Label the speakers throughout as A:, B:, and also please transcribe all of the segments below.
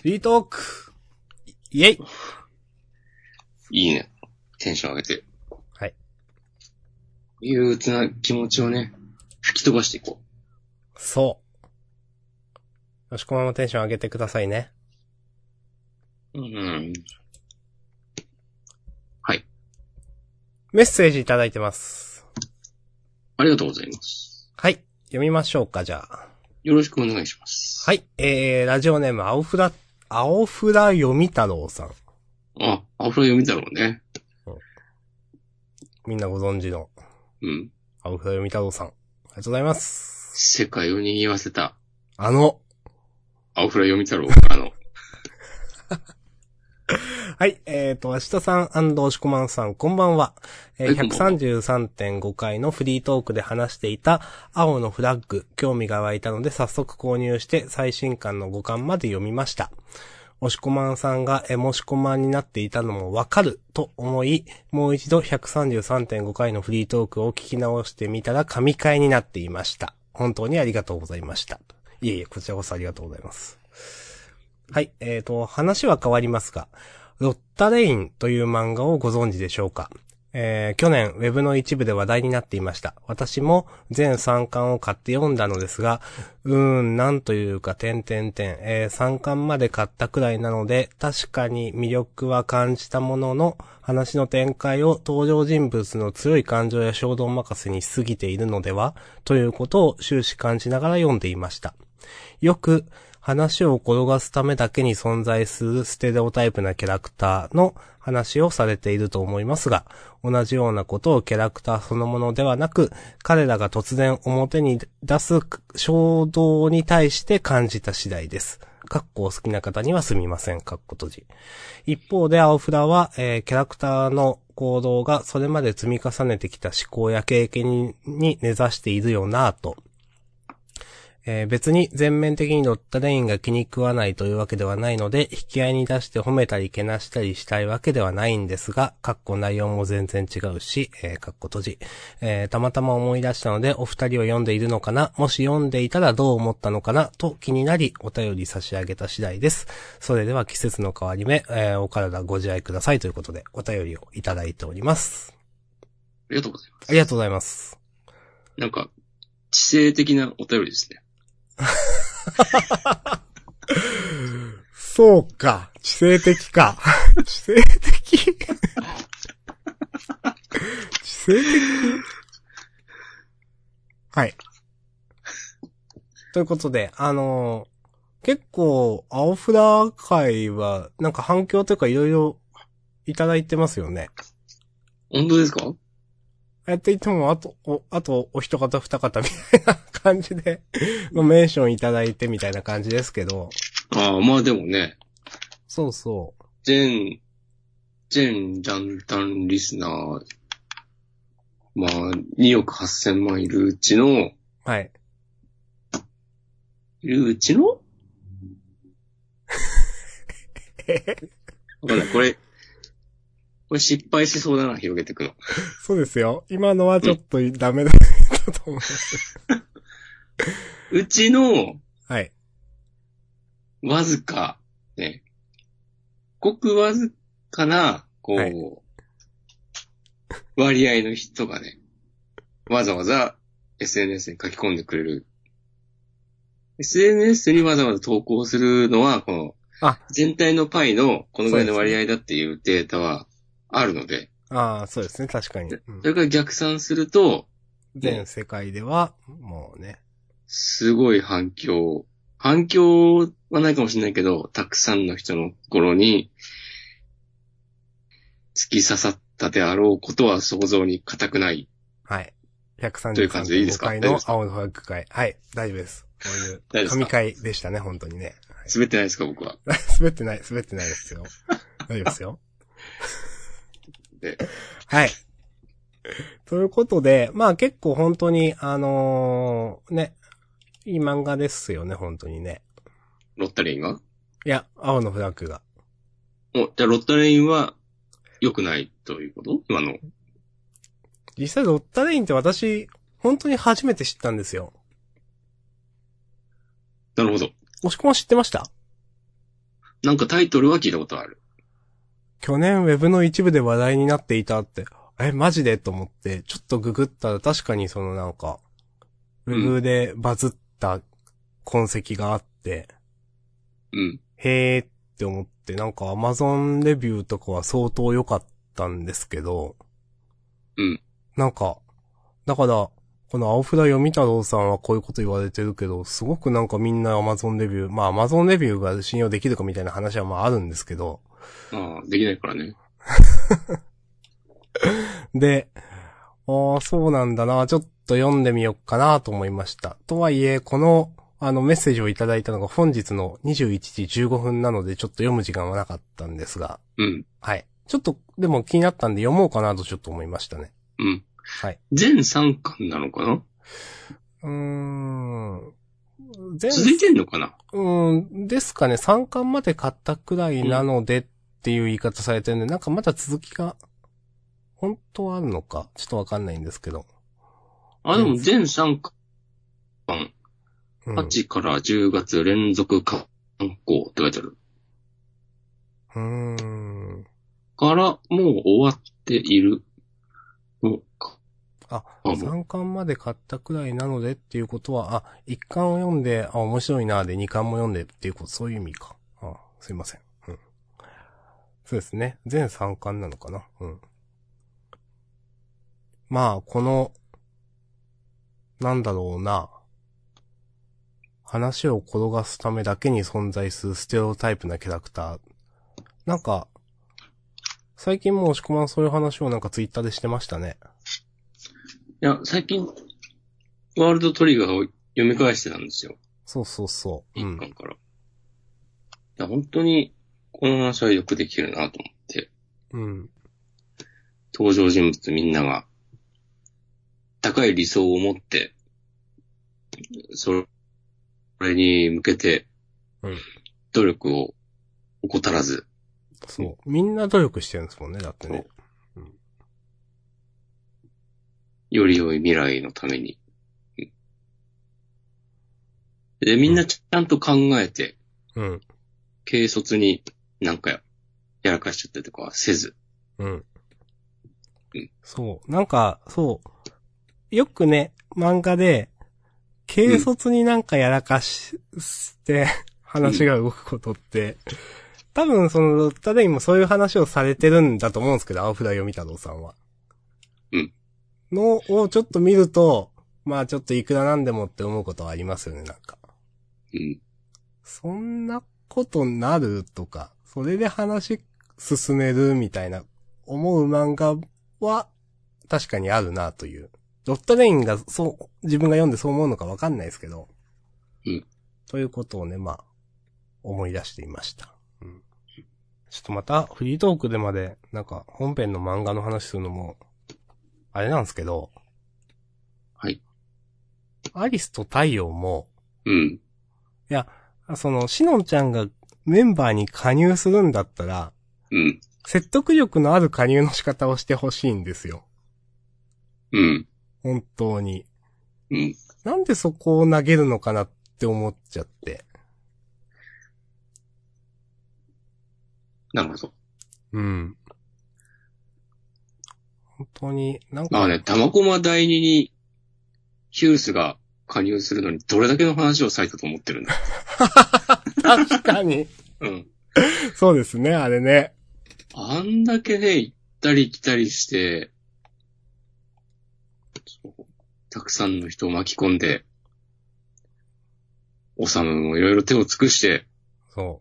A: フリートークイェイ
B: いいね。テンション上げて。
A: はい。
B: 憂鬱な気持ちをね、吹き飛ばしていこ
A: そう。よしこまもテンション上げてくださいね。
B: う。うん。
A: メッセージいただいてます。
B: ありがとうございます。
A: はい。読みましょうか、じゃあ。
B: よろしくお願いします。
A: はい。えー、ラジオネーム、青札、青札読み太郎さん。
B: あ、アフロ読みだろうね。
A: みんなご存知の、
B: うん。
A: 青札読み太郎さん。ありがとうございます。
B: 世界を賑わせた、
A: あの、
B: アフロ読み太郎。あの、
A: はい、えっ、と、明日さん押しこまんさん、こんばんは。えー
B: はいこんばん
A: 133.5回のフリートークで話していた青のフラッグ、興味が湧いたので早速購入して最新刊の5巻まで読みました。押しこまんさんがエモしこまんになっていたのもわかると思い、もう一度133.5回のフリートークを聞き直してみたら神回になっていました。本当にありがとうございました。いえいえ、こちらこそありがとうございます。はい、えーと、話は変わりますが、ロッタレインという漫画をご存知でしょうかえー去年、ウェブの一部で話題になっていました。私も全3巻を買って読んだのですが、うーん、なんというか、点点点、えー3巻まで買ったくらいなので、確かに魅力は感じたものの、話の展開を登場人物の強い感情や衝動任せにしすぎているのではということを終始感じながら読んでいました。よく、話を転がすためだけに存在するステレオタイプなキャラクターの話をされていると思いますが、同じようなことをキャラクターそのものではなく、彼らが突然表に出す衝動に対して感じた次第です。かっこお好きな方にはすみません。かっこ閉じ。一方で、青フラは、えーキャラクターの行動がそれまで積み重ねてきた思考や経験にに根ざしているよなぁと、えー別に全面的にロッタレインが気に食わないというわけではないので、引き合いに出して褒めたりけなしたりしたいわけではないんですが、かっこ内容も全然違うし、えー、かっこ閉じ、えーたまたま思い出したので、お二人を読んでいるのかなもし読んでいたらどう思ったのかなと気になり、お便り差し上げた次第です。それでは季節の変わり目、えーお体ご自愛くださいということで、お便りをいただいております。
B: ありがとうございます。
A: ありがとうございます。
B: なんか、知性的なお便りですね。
A: そうか。知性的か。 知性的知性的はい。ということで、あのー結構、青札会は、なんか反響というかいろいろいただいてますよね。
B: 本当ですか
A: やっていても、あと、お、あと、お一方二方みたいな感じで、のメンションいただいてみたいな感じですけど、
B: ああ、まあでもね、
A: そうそう。
B: 全、全ランタンリスナー、まあ、2億8000万いるうちの、
A: はい。
B: いるうちのわ
A: え
B: かんない。これ、これ失敗しそうだな、広げていくの。
A: そうですよ。今のはちょっとダメだったと思います。
B: うちの、
A: はい。
B: わずか、ね、ごくわずかな、こう、
A: はい
B: 割合の人がね、わざわざ SNS に書き込んでくれる。SNS にわざわざ投稿するのは、この
A: あ、
B: 全体のパイのこのぐらいの割合だっていうデータはあるので、
A: ああ、そうですね。確かに。うん
B: それから逆算すると、
A: 全世界では、もうね。
B: すごい反響。反響はないかもしれないけど、たくさんの人の心に突き刺さったであろうことは想像に難くない。
A: はい。
B: という感じでいいで
A: 133
B: すか
A: 回
B: 大丈夫
A: の
B: です
A: 青のフラッグ会。はい。大丈夫です。こうい
B: 大丈夫で
A: う、
B: すか
A: 神回でしたね、本当にね。
B: 滑ってないですか、僕は。
A: 滑ってない、滑ってないですよ。大丈夫ですよ
B: で。
A: はい。ということで、まあ結構本当に、あのーね、いい漫画ですよね、本当にね。
B: ロッタレインが
A: いや、青のフラッグが。
B: お、じゃあロッタレインは良くないということ今の。
A: 実際ロッタレインって私、本当に初めて知ったんですよ。
B: なるほど。
A: 押し込ま知ってました
B: なんかタイトルは聞いたことある。
A: 去年ウェブの一部で話題になっていたって、え、マジでと思って、ちょっとググったら確かにそのなんか、ウェブでバズった痕跡があって、
B: うん。
A: へーって思って、なんか Amazon レビューとかは相当良かったんですけど、
B: うん。
A: なんか、だから、この青札読み太郎さんはこういうこと言われてるけど、すごくなんかみんな Amazon レビュー、まあ Amazon レビューが信用できるかみたいな話はまああるんですけど、
B: ああ、できないからね。
A: で、ああ、そうなんだな、ちょっと読んでみようかなと思いました。とはいえ、この、あの、メッセージをいただいたのが本日の21時15分なので、ちょっと読む時間はなかったんですが、
B: うん。
A: はい。ちょっと、でも気になったんで読もうかなとちょっと思いましたね。
B: うん。
A: はい。
B: 全3巻なのかな
A: うーん。全
B: 続いてんのかな
A: うん、ですかね、3巻まで買ったくらいなのでっていう言い方されてるんで、なんかまだ続きが、本当はあるのか、ちょっとわかんないんですけど。
B: あ、でも全3巻、
A: うん、
B: 8から10月連続刊行って書いてある。
A: うーん。
B: から、もう終わっているのか。
A: あ、
B: もう
A: 3巻まで買ったくらいなのでっていうことは、あ、1巻を読んで、あ、面白いな、で2巻も読んでっていうこと、そういう意味か。あ、すいません。うん。そうですね。全3巻なのかな。うん。まあ、この、なんだろうな。話を転がすためだけに存在するステレオタイプなキャラクター。なんか、最近もう押し込まんそういう話をなんかツイッターでしてましたね。
B: いや、最近、ワールドトリガーを読み返してたんですよ。
A: そうそうそう。う
B: 1
A: ん。
B: 巻から。いや、本当に、この話はよくできるなと思って、
A: うん。
B: 登場人物みんなが、高い理想を持って、それそれに向けて
A: うん、
B: 努力を怠らず、
A: そう。みんな努力してるんですもんね、だってね。
B: より良い未来のために。うんで、みんなちゃんと考えて、
A: うん。
B: 軽率になんかややらかしちゃったりとかはせず。
A: うん
B: うん。
A: そう。なんか、そう。よくね、漫画で、軽率になんかやらかし、して、話が動くことって、多分その、誰にもそういう話をされてるんだと思うんですけど、青札読み太郎さんは。
B: うん。
A: のをちょっと見ると、まあちょっといくらなんでもって思うことはありますよね、なんか。
B: うん。
A: そんなことなるとか、それで話進めるみたいな思う漫画は確かにあるなという。ドットレインがそう、自分が読んでそう思うのかわかんないですけど。
B: うん。
A: ということをね、まあ、思い出していました。うん。ちょっとまた、フリートークでまで、なんか、本編の漫画の話するのも、あれなんですけど。
B: はい。
A: アリスと太陽も、
B: うん。
A: いや、その、シノンちゃんがメンバーに加入するんだったら、
B: うん。
A: 説得力のある加入の仕方をしてほしいんですよ。
B: うん。
A: 本当に。
B: うん。
A: なんでそこを投げるのかなって思っちゃって。
B: なるほど。
A: うん。本当に、なん
B: ま
A: か、
B: あね、玉駒第二に、ヒュースが加入するのにどれだけの話をされたと思ってるんだ。
A: 確かに。
B: うん。
A: そうですね、あれね。
B: あんだけね、行ったり来たりして、そうたくさんの人を巻き込んで、オサムもいろいろ手を尽くして、
A: そ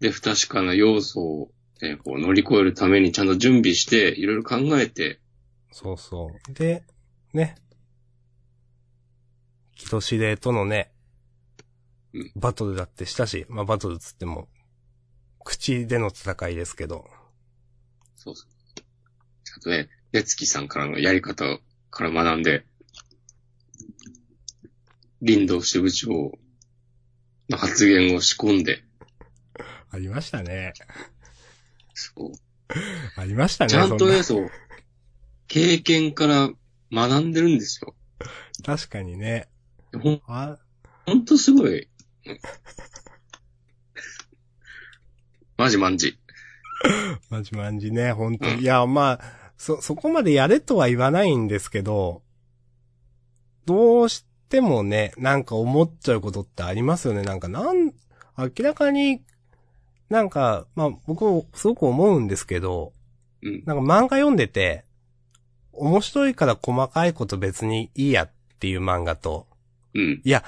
B: で、不確かな要素を、ね、こう乗り越えるためにちゃんと準備して、いろいろ考えて、
A: う。そうそう。で、ね。キドシレとのね
B: うん、
A: バトルだってしたし、まあバトルつっても、口での戦いですけど。
B: そうそう。ちゃんとね、レツキさんからのやり方から学んで、林道支部長の発言を仕込んで、
A: ありましたね。
B: そう。
A: ありましたね。
B: ちゃん
A: そ
B: とね、そう、経験から学んでるんですよ。
A: な確かにね。
B: ほん、
A: あ、
B: ほんとすごい。ジ マンジ。
A: まじまんじね、本当に。いや、まあ、そ、そこまでやれとは言わないんですけど、どうしてもね、なんか思っちゃうことってありますよね。なんか、なん、明らかに、なんか、まあ、僕、すごく思うんですけど、
B: うん。
A: なんか漫画読んでて、面白いから細かいこと別にいいやっていう漫画と、
B: うん。
A: いや、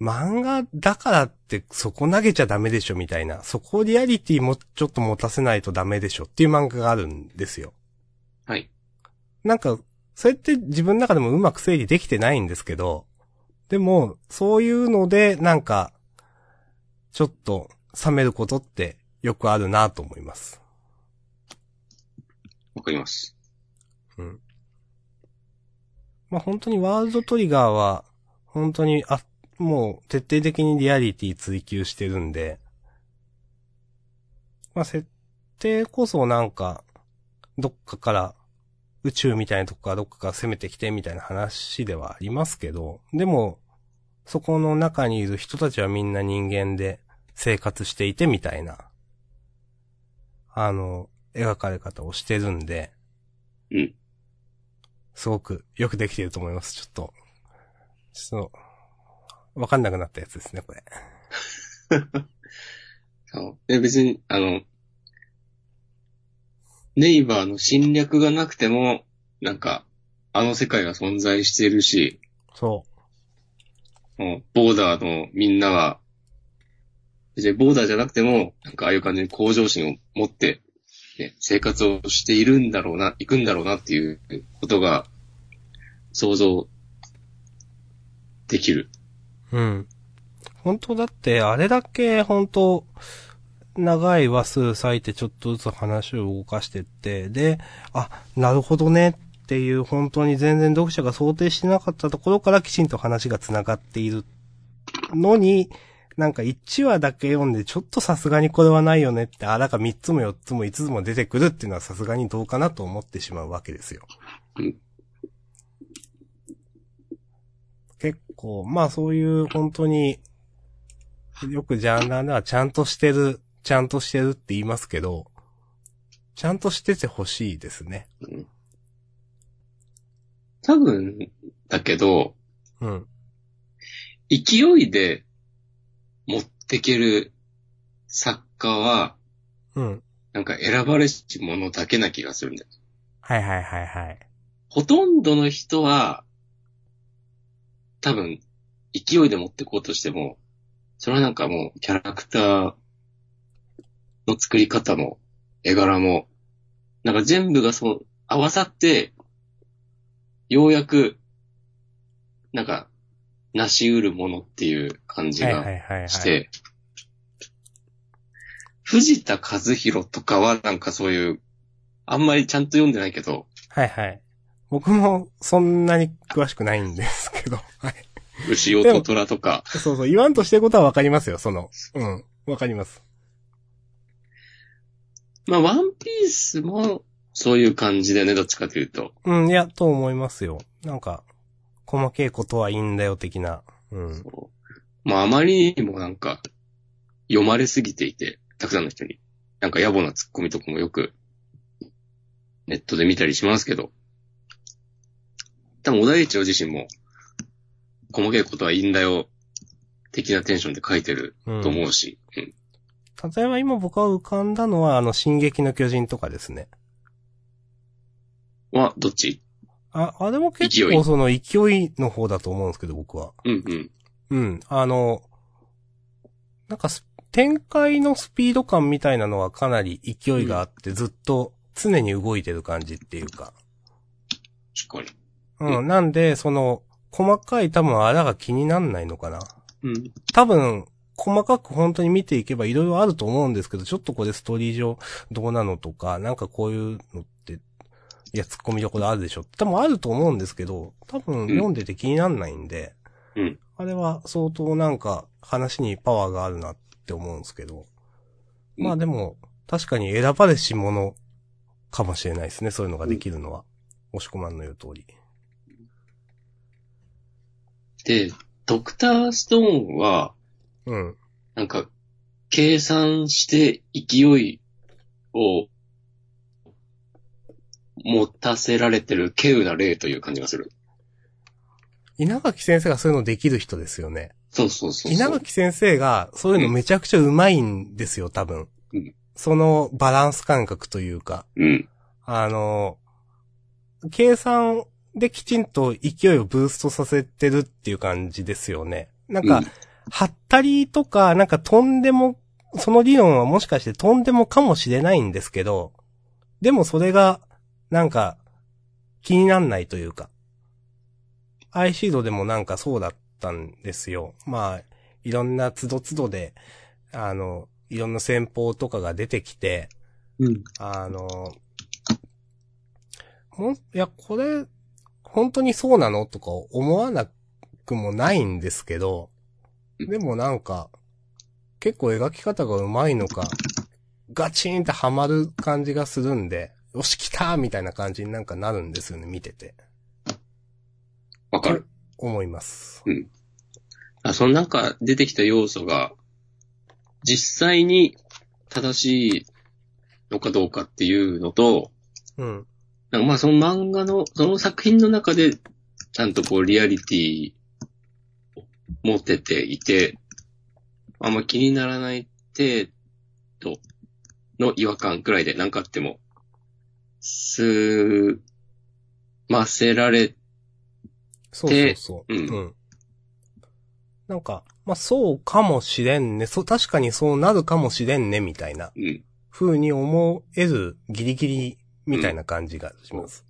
A: 漫画だからってそこ投げちゃダメでしょみたいな、そこをリアリティもちょっと持たせないとダメでしょっていう漫画があるんですよ。
B: はい。
A: なんか、それって自分の中でもうまく整理できてないんですけど、でも、そういうので、なんか、ちょっと冷めることってよくあるなと思います。
B: わかります。
A: まあ本当にワールドトリガーは、本当に、あ、もう徹底的にリアリティ追求してるんで、まあ設定こそなんか、どっかから、宇宙みたいなとこからどっかから攻めてきてみたいな話ではありますけど、でも、そこの中にいる人たちはみんな人間で生活していてみたいな、あの、描かれ方をしてるんで、
B: うん。
A: すごくよくできていると思います。ちょっと、ちょっと、わかんなくなったやつですね、これ。
B: そう。で、別に、あの、ネイバーの侵略がなくても、なんか、あの世界は存在してるし、
A: そ
B: もうボーダーのみんなは、別にボーダーじゃなくても、なんかああいう感じに向上心を持って、ね、生活をしているんだろうな、行くんだろうなっていうことが、想像できる。
A: う。うん。本当だって、あれだけ本当、長い話数割いてちょっとずつ話を動かしてって、で、あ、なるほどねっていう本当に全然読者が想定してなかったところからきちんと話が繋がっているのに、なんか1話だけ読んでちょっとさすがにこれはないよねって、あ、だから3つも4つも5つも出てくるっていうのはさすがにどうかなと思ってしまうわけですよ
B: うん。
A: 結構、まあそういう本当に、よくジャンダーではちゃんとしてる、ちゃんとしてるって言いますけど、ちゃんとしててほしいですね。
B: 多分、だけど、
A: うん。
B: 勢いで持ってける作家は、
A: うん。
B: なんか選ばれし者だけな気がするんだよ。
A: はいはいはいはい。
B: ほとんどの人は、多分、勢いで持ってこうとしても、それはなんかもう、キャラクターの作り方も、絵柄も、なんか全部がそう、合わさって、ようやく、なんか、なし得るものっていう感じ
A: はい
B: が
A: はいはい、はい。
B: して、藤田和弘とかはなんかそういう、あんまりちゃんと読んでないけど、
A: はいはい。僕もそんなに詳しくないんですけど。はい。
B: 牛尾と虎とか、
A: そうそう、言わんとしてることはわかりますよ、その。うん。わかります。
B: まあワンピースもそういう感じだよね、どっちかというと。
A: うん、いや、と思いますよ。なんか、細けいことはいいんだよ、的な。うん。
B: まああまりにもなんか、読まれすぎていて、たくさんの人に。なんか野暮なツッコミとかもよく、ネットで見たりしますけど、多分小田栄一郎自身も、細けいことはいいんだよ、的なテンションで書いてる
A: うん
B: と思うし、うん。
A: 例えば今僕は浮かんだのは、あの、進撃の巨人とかですね。
B: は、どっち
A: あ、あれも結
B: 勢
A: 構
B: い
A: その勢いの方だと思うんですけど、僕は。
B: うんうん。
A: うん。あの、なんかス展開のスピード感みたいなのはかなり勢いがあって、ずっと常に動いてる感じっていうか。
B: しっかり。
A: う。
B: うん
A: なんで、その、細かい多分あらが気になんないのかな。
B: うん。
A: 多分、細かく本当に見ていけばいろいろあると思うんですけど、ちょっとこれストーリー上どうなのとか、なんかこういうのって、いや、突っ込みどころあるでしょ。多分あると思うんですけど、多分読んでて気になんないんで、
B: うん
A: あれは相当なんか話にパワーがあるなって思うんですけど、まあでも、確かに選ばれし者かもしれないですね、そういうのができるのは。押し込まんの言う通り。
B: で、ドクターストーンは、
A: うん。
B: なんか、計算して勢いを持たせられてる稀有な例という感じがする。
A: 稲垣先生がそういうのできる人ですよね。
B: そうそうそうそう。
A: 稲垣先生がそういうのめちゃくちゃうまいんですよ、多分
B: うん。
A: そのバランス感覚というか、
B: うん。
A: あの、計算できちんと勢いをブーストさせてるっていう感じですよね。なんか
B: うん、
A: はったりとか、なんかとんでも、その理論はもしかしてとんでもかもしれないんですけど、でもそれが、なんか、気になんないというか。アイシードでもなんかそうだったんですよ。まあ、いろんなつどつどで、あの、いろんな戦法とかが出てきて、
B: うん。
A: あの、ほん、いや、これ、本当にそうなのとか思わなくもないんですけど、でもなんか、結構描き方が上手いのか、ガチーンってハマる感じがするんで、よし、来たーみたいな感じになんかなるんですよね、見てて。
B: わかる。
A: 思います。
B: あその中出てきた要素が、実際に正しいのかどうかっていうのと、
A: うん。
B: なんかまあその漫画の、その作品の中で、ちゃんとこうリアリティを持てていて、あんま気にならない程度の違和感くらいで何かあっても、す、ませられ、
A: そうそうそう。
B: でうん
A: うん。なんか、まあ、そうかもしれんね。そう、確かにそうなるかもしれんね、みたいな。
B: うん、
A: 風に思えるギリギリみたいな感じがします。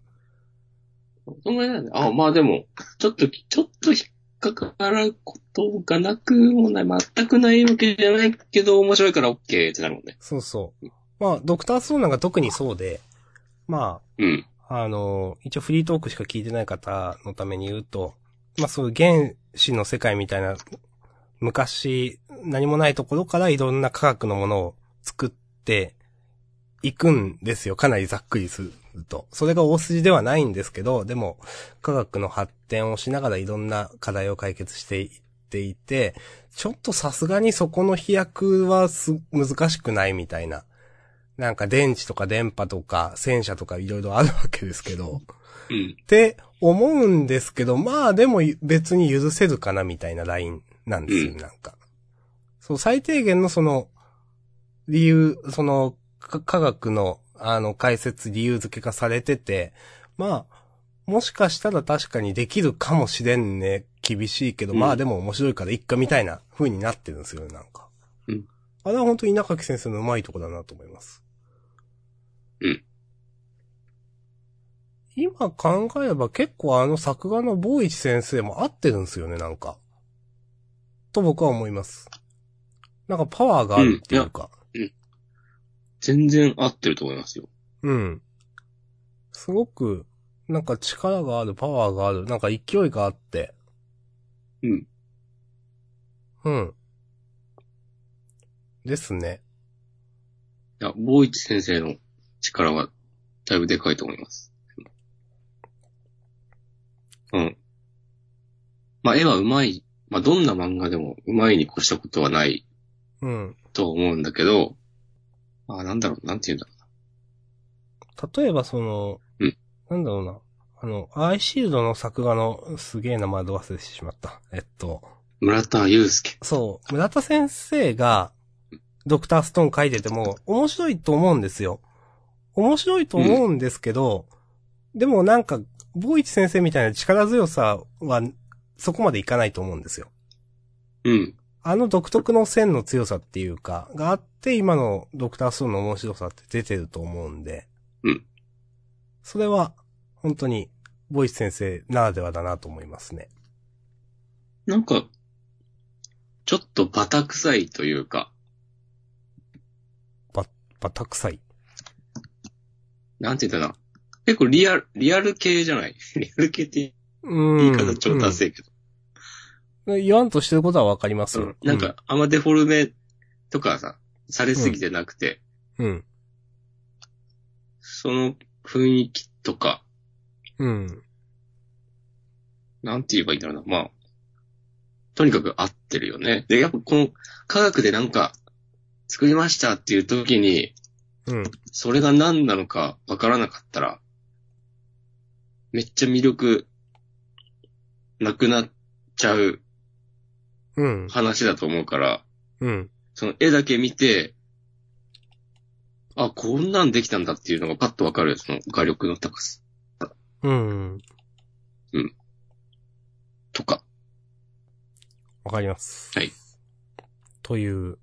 B: そんぐらいなんだ。あ、まあでも、ちょっと、ちょっと引っかからることがなくもない、全くないわけじゃないけど、面白いから OK ってなるもんね。
A: そうそう。まあ、ドクターストーンなんか特にそうで、ま
B: うん。
A: あ、あの、一応フリートークしか聞いてない方のために言うと、まあそういう原始の世界みたいな、昔何もないところからいろんな科学のものを作っていくんですよ。かなりざっくりすると。それが大筋ではないんですけど、でも科学の発展をしながらいろんな課題を解決していっていて、ちょっとさすがにそこの飛躍はす難しくないみたいな。なんか電池とか電波とか戦車とかいろいろあるわけですけど。
B: うん。
A: って思うんですけど、まあでも別に許せるかなみたいなラインなんですよ、
B: うん
A: なんか。そう、最低限のその、理由、その、か科学の、あの、解説、理由付けがされてて、まあ、もしかしたら確かにできるかもしれんね、厳しいけど、
B: うん
A: まあでも面白いからいっかみたいな風になってるんですよね、なんか。
B: うん
A: あれは本当稲垣先生の上手いとこだなと思います。
B: うん
A: 今考えれば結構あの作画の坊一先生も合ってるんですよね、なんか。と僕は思います。なんかパワーがあるっていうか。
B: 全然合ってると思いますよ。
A: うん。すごく、なんか力がある、パワーがある、なんか勢いがあって。
B: うん。
A: うん。ですね。
B: いや、坊一先生の力は、だいぶでかいと思います。うん。まあ、絵はうまい。まあ、どんな漫画でもうまいに越したことはない
A: うん。
B: と思うんだけど、まあ、なんだろう、なんて言うんだろ
A: 例えばその、
B: うん
A: なんだろうな。あの、アイシールドの作画の、すげえ名前で忘れてしまった。えっと、
B: う。村田祐介。
A: そう、村田先生が、ドクターストーン書いてても、面白いと思うんですよ。面白いと思うんですけど、でもなんか、坊一先生みたいな力強さは、そこまでいかないと思うんですよ。
B: うん。
A: あの独特の線の強さっていうか、があって今のドクターストーンの面白さって出てると思うんで。
B: うん。
A: それは、本当に、ボイス先生ならではだなと思いますね。
B: なんか、ちょっとバタ臭いというか、
A: バタ臭い。
B: なんて言ったかな。結構リアル、リアル系じゃない リアル系って
A: うん
B: 言い方超達成けど。
A: うん言わんとしてることはわかります
B: う
A: よ
B: ん。なんか、あんまデフォルメとかさ、されすぎてなくて、
A: うん、
B: その雰囲気とか、
A: うん。
B: なんて言えばいいんだろうな。まあ、とにかく合ってるよね。で、やっぱこの科学でなんか、作りましたっていう時に、
A: うん。
B: それが何なのかわからなかったら、めっちゃ魅力、なくなっちゃう
A: うん。
B: 話だと思うから、
A: うん。
B: その絵だけ見て、あ、こんなんできたんだっていうのがパッとわかるよ、その画力の高さ
A: うん。
B: とか。
A: わかります。
B: はい。
A: という。
B: うん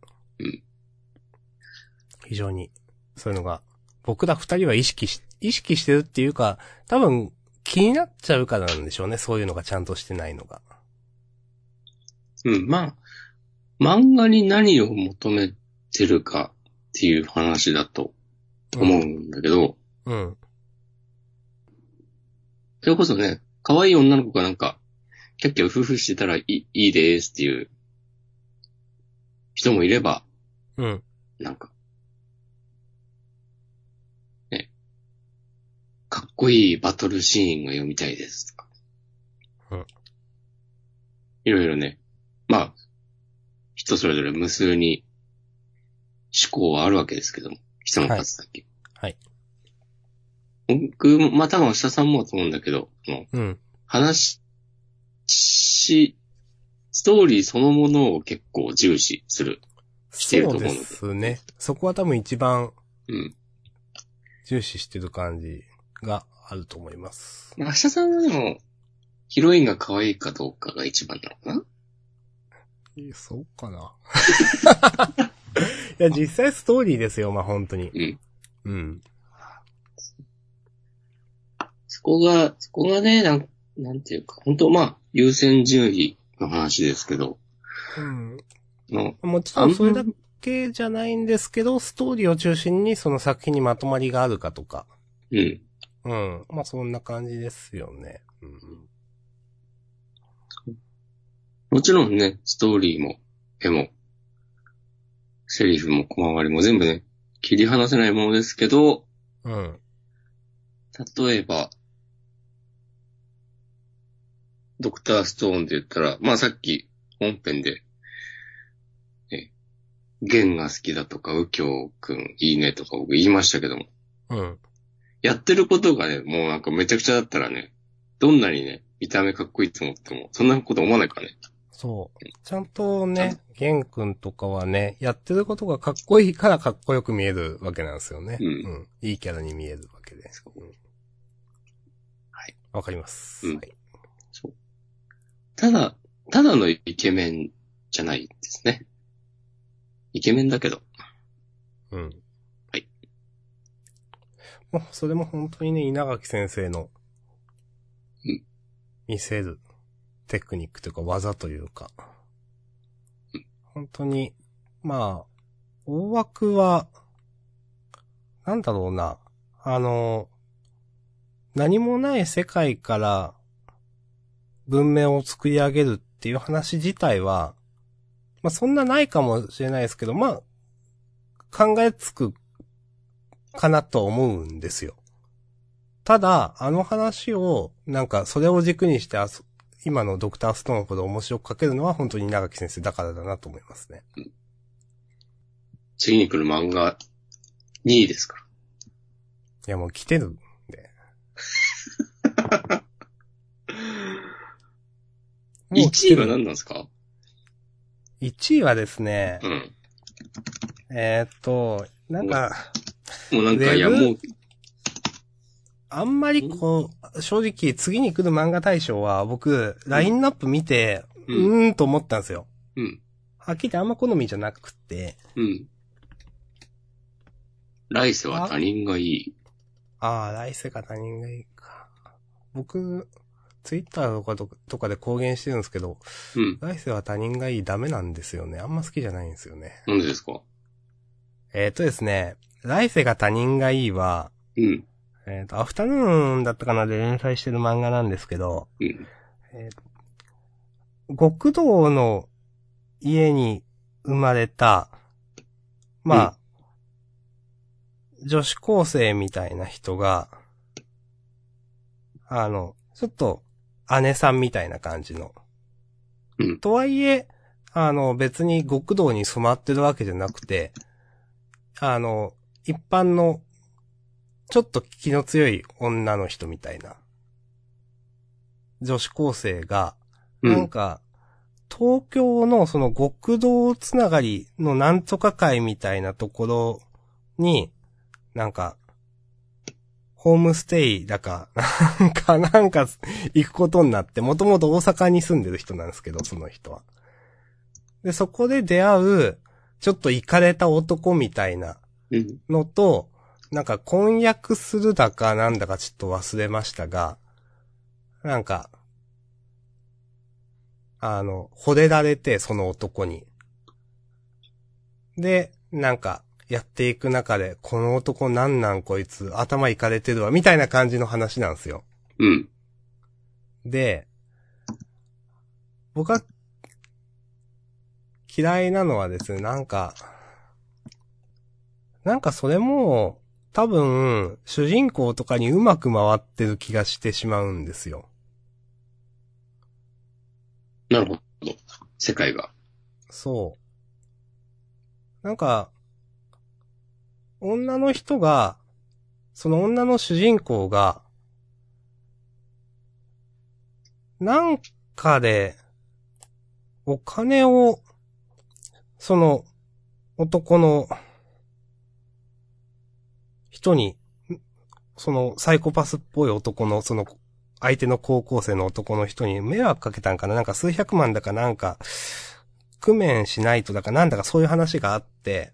A: 非常に、そういうのが、僕ら二人は意識し、意識してるっていうか、多分気になっちゃうからなんでしょうね。そういうのがちゃんとしてないのが。
B: うん、まあ、漫画に何を求めてるかっていう話だと思うんだけど、
A: うん。
B: それこそね、可愛い女の子がなんか、キャッキャウフフしてたらいいいいですっていう人もいれば、
A: うん。
B: なんか、ね、かっこいいバトルシーンが読みたいですとか。
A: うん。
B: いろいろね、まあ、人それぞれ無数に思考はあるわけですけども、人の数だけ。
A: はい
B: 僕も、まあ多分下さんもだと思うんだけど、その
A: うん。
B: 話し、ストーリーそのものを結構重視する。してると
A: そ
B: 思
A: う
B: う
A: で
B: のです
A: ね。そこは多分一番
B: うん。
A: 重視してる感じがあると思います。
B: 明日さんはでも、ヒロインが可愛いかどうかが一番なのかな
A: そうかな。 いや、実際ストーリーですよ、まあ、本当に。
B: う
A: う
B: ん。
A: ん。
B: そこが、そこがね、なん、なんていうか、本当まあ、優先順位の話ですけど、
A: うん。
B: の、
A: もちろんそれだけじゃないんですけど、ストーリーを中心にその作品にまとまりがあるかとか。
B: うん。
A: うん。まあ、そんな感じですよね。うん。
B: もちろんね、ストーリーも、絵も、セリフも、小回りも全部ね、切り離せないものですけど、
A: うん。
B: 例えば、ドクターストーンで言ったら、まあさっき本編で、え、ゲンが好きだとか、右京くんいいねとか僕言いましたけども、
A: うん。
B: やってることがね、もうなんかめちゃくちゃだったらね、どんなにね、見た目かっこいいと思っても、そんなこと思わないからね。
A: そう。ちゃんとね、玄君とかはね、やってることがかっこいいからかっこよく見えるわけなんですよね。
B: うん
A: うん、いいキャラに見えるわけで。うん
B: はい。
A: わかります。
B: うん
A: はい。
B: ただ、ただのイケメンじゃないですね。イケメンだけど。
A: うん。
B: はい。
A: もう、それも本当にね、稲垣先生の
B: うん、
A: 見せるテクニックというか技というか
B: うん、
A: 本当に、まあ、大枠は、なんだろうな、あの、何もない世界から文明を作り上げるっていう話自体は、まあそんなないかもしれないですけど、まあ考えつくかなと思うんですよ。ただ、あの話を、なんか、それを軸にしてあそ、今のドクターストーンほど面白く書けるのは本当に長木先生だからだなと思いますね。
B: 次に来る漫画2位ですから。
A: いや、もう来てる。 もう来
B: 1
A: て
B: 位
A: る
B: は何なんですか
A: ?1 位はですね
B: う、ん。
A: えーっと、なんか、
B: もうなんか、いや、
A: ウェブ
B: もう、
A: あんまりこう、正直次に来る漫画大賞は僕、ラインナップ見て、う
B: うん、
A: ーんと思ったんですよ。
B: うん、
A: はっきり言ってあんま好みじゃなくて、
B: うん。来世は他人がいい。
A: ああ、来世か他人がいいか。僕、ツイッターとかととかで公言してるんですけど、
B: うん。
A: 来世は他人がいいダメなんですよね。あんま好きじゃないんですよね。
B: なんでですか
A: えっ、とですね、来世が他人がいいは、
B: うん、
A: えっ、と、アフタヌーンだったかなで連載してる漫画なんですけど、
B: うん、
A: えーと極道の家に生まれた、まあ、女子高生みたいな人が、あの、ちょっと姉さんみたいな感じの。
B: うん
A: とはいえ、あの別に極道に染まってるわけじゃなくて、あの、一般の、ちょっと気の強い女の人みたいな、女子高生が、
B: う
A: なん
B: ん。
A: か、東京のその極道つながりのなんとか会みたいなところに、なんか、ホームステイだか、 なんか、なんか、行くことになって、もともと大阪に住んでる人なんですけど、その人は。で、そこで出会う、ちょっと行かれた男みたいな
B: うん。
A: のと、なんか婚約するだかなんだかちょっと忘れましたが、なんか、あの、惚れられて、その男に。で、なんか、やっていく中で、この男なんなんこいつ、頭いかれてるわ、みたいな感じの話なんですよ。
B: うん。
A: で、僕が嫌いなのはですね、なんか、なんかそれも、多分、主人公とかにうまく回ってる気がしてしまうんですよ。
B: なるほど。世界が。
A: そう。なんか、女の人が、その女の主人公が、なんかで、お金を、その、男の、人に、んその、サイコパスっぽい男の、その、相手の高校生の男の人に迷惑かけたんかななんか数百万だかなんか、工面しないとだかなんだかそういう話があって、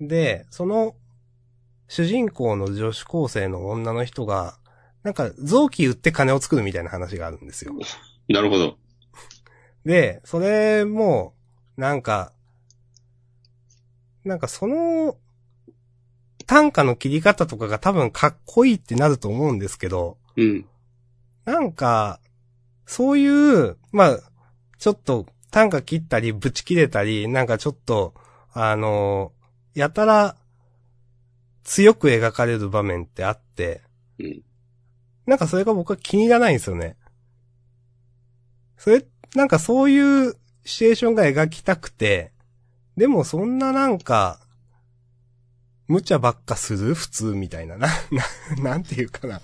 A: で、その、主人公の女子高生の女の人が、なんか臓器売って金を作るみたいな話があるんですよ。
B: なるほど。
A: で、それも、なんか、なんかその、短歌の切り方とかが多分かっこいいってなると思うんですけど、
B: うん。
A: なんか、そういう、まあ、ちょっと短歌切ったり、ぶち切れたり、なんかちょっと、あの、やたら強く描かれる場面ってあって、
B: うん
A: なんかそれが僕は気に入らないんですよね。それ、なんかそういうシチュエーションが描きたくて、でもそんななんか、無茶ばっかする普通みたいな。な、な、なんていうかな。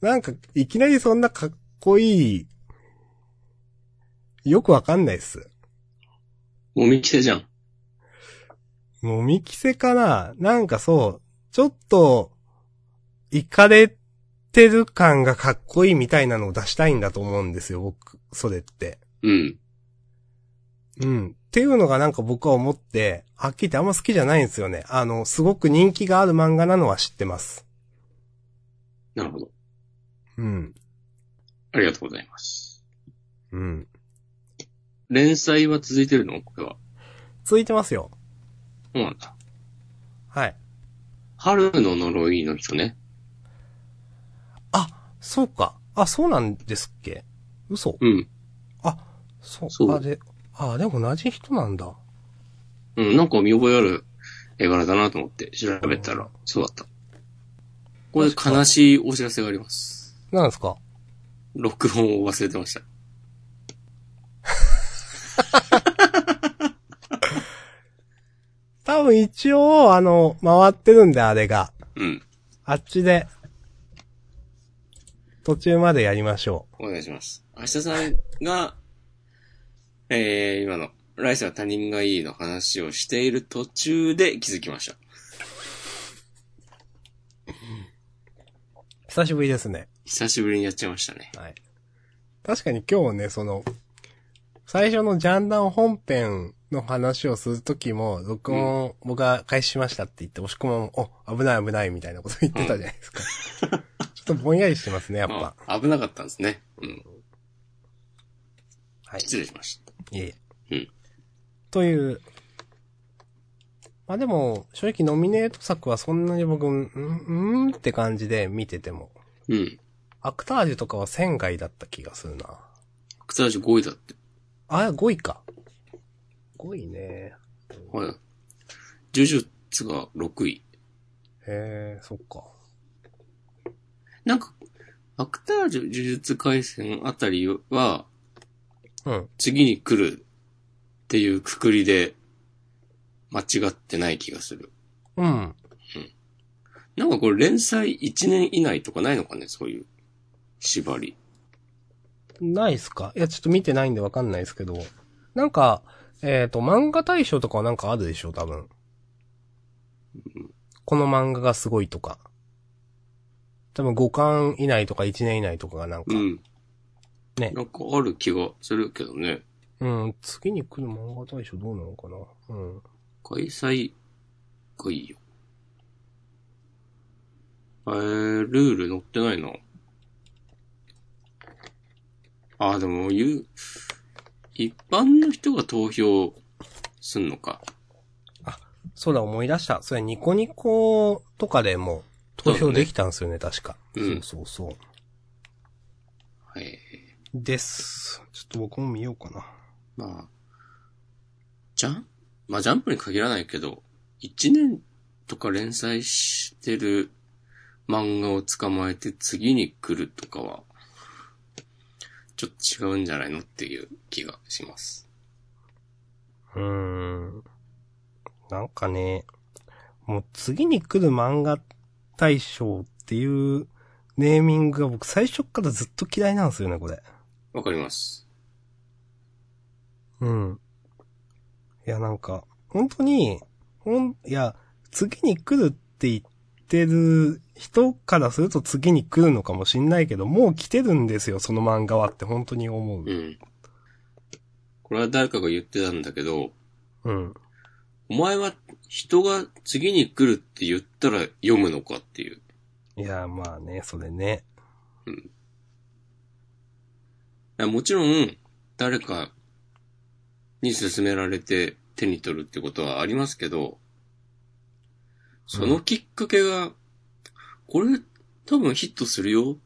A: なんか、いきなりそんなかっこいい、よくわかんないっす。
B: もみきせじゃん。
A: もみきせかななんかそう、ちょっと、いかれてる感がかっこいいみたいなのを出したいんだと思うんですよ、僕、それって。
B: うん。
A: うん。っていうのがなんか僕は思って、はっきり言ってあんま好きじゃないんですよね。あの、すごく人気がある漫画なのは知ってます。
B: なるほど。
A: うん。
B: ありがとうございます。
A: うん。
B: 連載は続いてるのこれは。
A: 続いてますよ。
B: そうなんだ。
A: はい。
B: 春の呪いの人ね。
A: そうか。あ、そうなんですっけ嘘
B: うん。
A: そう。
B: そう
A: あ、で、あ、でも同じ人なんだ。
B: うん、なんか見覚えある絵柄だなと思って調べたら、そうだった。これ悲しいお知らせがあります。
A: なんですか
B: 録音を忘れてました。
A: 多分一応、あの、回ってるんで、あれが。
B: うん。
A: あっちで、途中までやりましょ
B: お願いします。明日さんが、 えー、今の、来世は他人がいいの話をしている途中で気づきました。
A: う。久しぶりですね。
B: 久しぶりにやっちゃいましたね。
A: はい。確かに今日ね、その、最初のジャンダン本編の話をするときも、録音、僕が開始しましたって言って、押し込まんも、お、危ない危ないみたいなこと言ってたじゃない ですか。ちょっとぼんやりしてますね、やっぱ。は
B: あ危なかったんですね。うん。
A: い。
B: 失礼しました。
A: いえいえ。
B: うん
A: という。まあでも、正直ノミネート作はそんなに僕、うん、うんって感じで見てても。
B: うん。
A: アクタージュとかは仙外だった気がするな。
B: 靴味5位だって。
A: あ、5位か。5位ね。
B: はい。ジュジュツが6位。
A: へえ、そっか。
B: なんか、アクタージュ呪術回戦あたりは、
A: うん。
B: 次に来るっていうくくりで、間違ってない気がする。
A: うん。
B: なんかこれ連載1年以内とかないのかね、そういう縛り。
A: ないっすかいや、ちょっと見てないんでわかんないですけど。なんか、えっ、と、漫画大賞とかはなんかあるでしょ多分。この漫画がすごいとか。多分5巻以内とか1年以内とかがなんか
B: う。ん。
A: ね
B: なんかある気がするけどね。
A: うん、次に来る漫画大賞どうなのかなうん。
B: 開催がいいよ。えー、ルール載ってないな。あー、でも、言う、一般の人が投票すんのか。
A: そうだ、思い出した。それニコニコとかでも投票できたんですよね、確か。
B: うん
A: そうそうそう。
B: はい。
A: です。ちょっと僕も見ようかな。
B: まあ、ジャンまあ、ジャンプに限らないけど、一年とか連載してる漫画を捕まえて次に来るとかは、ちょっと違うんじゃないのっていう気がします。
A: うーん。なんかね、もう次に来る漫画大賞っていうネーミングが僕最初からずっと嫌いなんですよね、これ。
B: わかります。
A: うん。いや、なんか、本当に、ほん、いや、次に来るって言ってる人からすると次に来るのかもしんないけど、もう来てるんですよ、その漫画はって本当に思う
B: う。ん。これは誰かが言ってたんだけど、
A: うん。
B: お前は人が次に来るって言ったら読むのかっていう。
A: いや、まあね、それね。
B: いやもちろん、誰かに勧められて手に取るってことはありますけど、そのきっかけが、これ多分ヒットするよ、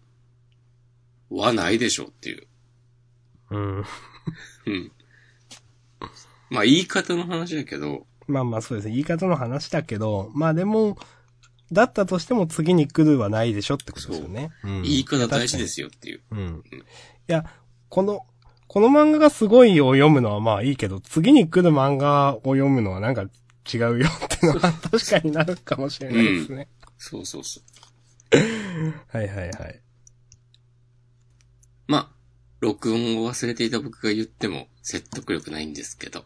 B: はないでしょうっていう。
A: うん。
B: うん。まあ言い方の話だけど、
A: まあまあそうですね。言い方の話だけど、まあでも、だったとしても次に来るはないでしょってことですよね。うん
B: 言い方大事で。すよっていう。
A: うん。いや、この、この漫画がすごいを読むのはまあいいけど、次に来る漫画を読むのはなんか違うよってのは確かになるかもしれないですね。
B: そうそうそう。
A: はいはいはい。
B: まあ、録音を忘れていた僕が言っても説得力ないんですけど。
A: い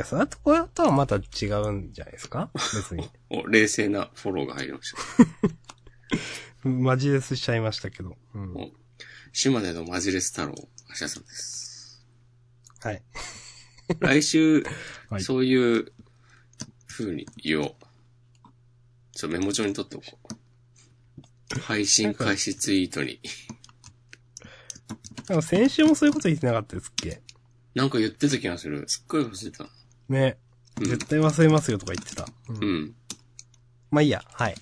A: や、それとこれとはまた違うんじゃないですか別に。
B: お、冷静なフォローが入りました。
A: マジレスしちゃいましたけど。うん。
B: お島根のマジレス太郎、芦田さんです。
A: はい。
B: 来週、
A: はい
B: そういう風に言おう。ちょ、メモ帳に取っておこう。配信開始ツイートに。
A: なんか先週もそういうこと言ってなかったですっけ
B: なんか言ってた気がする。すっごい忘れた。
A: ね。
B: うん
A: 絶対忘れますよとか言ってた。うん
B: うん。
A: まあいいや、はい。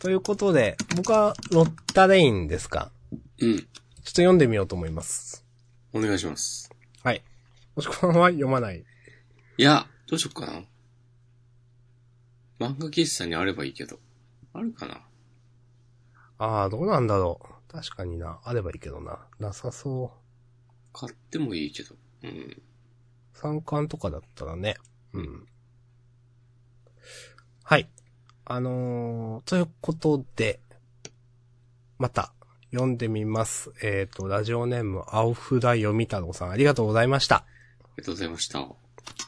A: ということで、僕はロッタレインですか
B: うん。
A: ちょっと読んでみようと思います。
B: お願いします。
A: はい。もしこのまま読まない。
B: いや、どうしよっかな。漫画喫茶にあればいいけど。あるかな
A: ああ、どうなんだろう。確かにな。あればいいけどな。なさそ
B: 買ってもいいけど。うん。
A: う。三巻とかだったらね。うん。はい。あのー、ということで、また、読んでみます。えっ、と、ラジオネーム、青札読み太郎さん、ありがとうございました。。
B: ありがとうございました。はい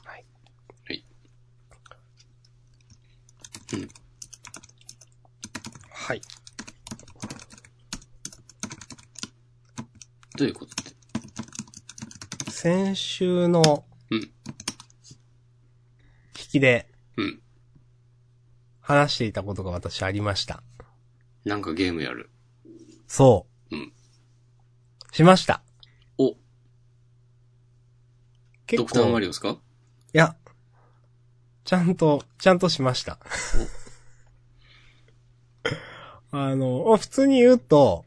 B: はい。
A: はい。
B: どういうことって。
A: 先週の、
B: うん
A: 引きで
B: うん。
A: 話していたことが私ありました。
B: なんかゲームやる。
A: そう。
B: うん
A: しました。
B: お、
A: 結
B: ドクターマ
A: 構、
B: リ
A: い
B: オですか
A: や、ちゃんと、ちゃんとしました。 あの、普通に言うと、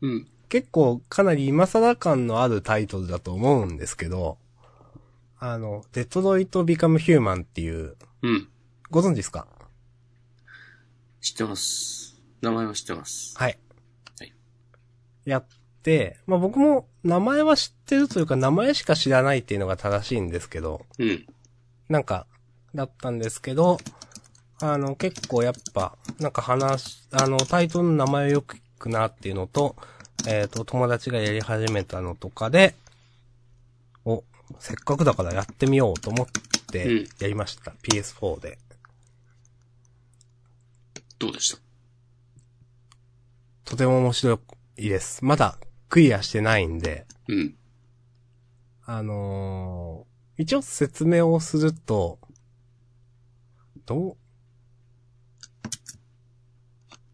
B: うん。
A: 結構かなり今更感のあるタイトルだと思うんですけど、あの、デトロイト・ビカム・ヒューマンっていう、
B: うん。
A: ご存知ですか
B: 知ってます。名前は知ってます。
A: はい。
B: はい
A: やって、まあ僕も名前は知ってるというか名前しか知らないっていうのが正しいんですけど、
B: うん。
A: なんか、だったんですけど、あの、結構やっぱ、なんか話、あの、タイトルの名前をよく聞くなっていうのと、えっ、と、友達がやり始めたのとかで、お、せっかくだからやってみようと思って
B: うん、
A: やりました。PS4 で。
B: どうでした
A: とても面白いです。まだ、クリアしてないんで、
B: うん。
A: あのー一応説明をすると、どう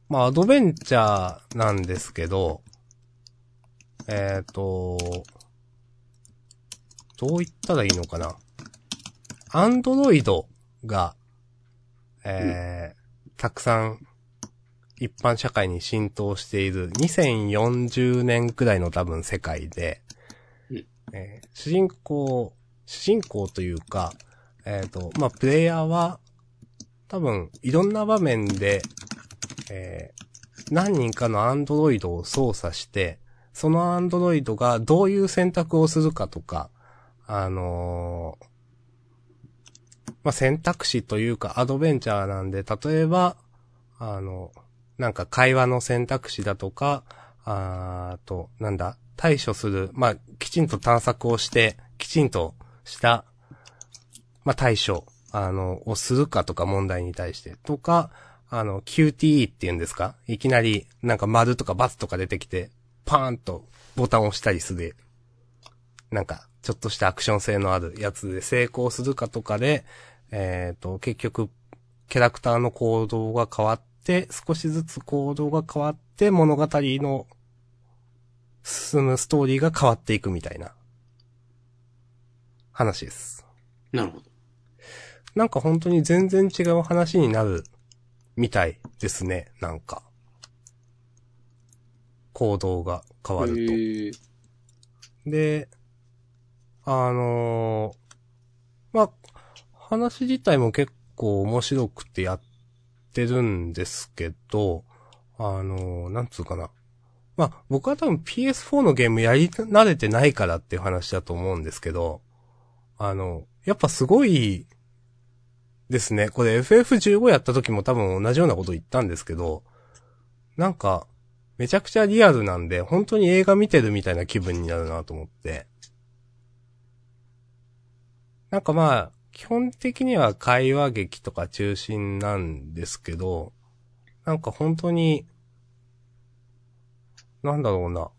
A: まあ、アドベンチャーなんですけど、えっ、と、どう言ったらいいのかな。アンドロイドが、えーたくさん一般社会に浸透している2040年くらいの多分世界で、えー主人公、主人公というか、えっ、と、まあ、プレイヤーは、多分、いろんな場面で、えー何人かのアンドロイドを操作して、そのアンドロイドがどういう選択をするかとか、あのーまあ、選択肢というかアドベンチャーなんで、例えば、あの、なんか会話の選択肢だとか、あーと、なんだ、対処する、まあ、きちんと探索をして、きちんとした、まあ、対処、あの、をするかとか問題に対して、とか、あの、QTE って言うんですかいきなり、なんか丸とか×とか出てきて、パーンとボタンを押したりする、なんか、ちょっとしたアクション性のあるやつで成功するかとかで、えっ、と、結局、キャラクターの行動が変わって、少しずつ行動が変わって、物語の進むストーリーが変わっていくみたいな話です。
B: なるほど。
A: なんか本当に全然違う話になるみたいですね、なんか。行動が変わると。
B: る
A: で、あのーまあ、話自体も結構面白くてやってるんですけど、あのーなんつうかな。まあ、僕は多分 PS4 のゲームやり慣れてないからっていう話だと思うんですけど、あの、やっぱすごいですね。これ FF15 やった時も多分同じようなこと言ったんですけど、なんか、めちゃくちゃリアルなんで、本当に映画見てるみたいな気分になるなと思って。なんかまあ、基本的には会話劇とか中心なんですけど、なんか本当に、なんだろうな。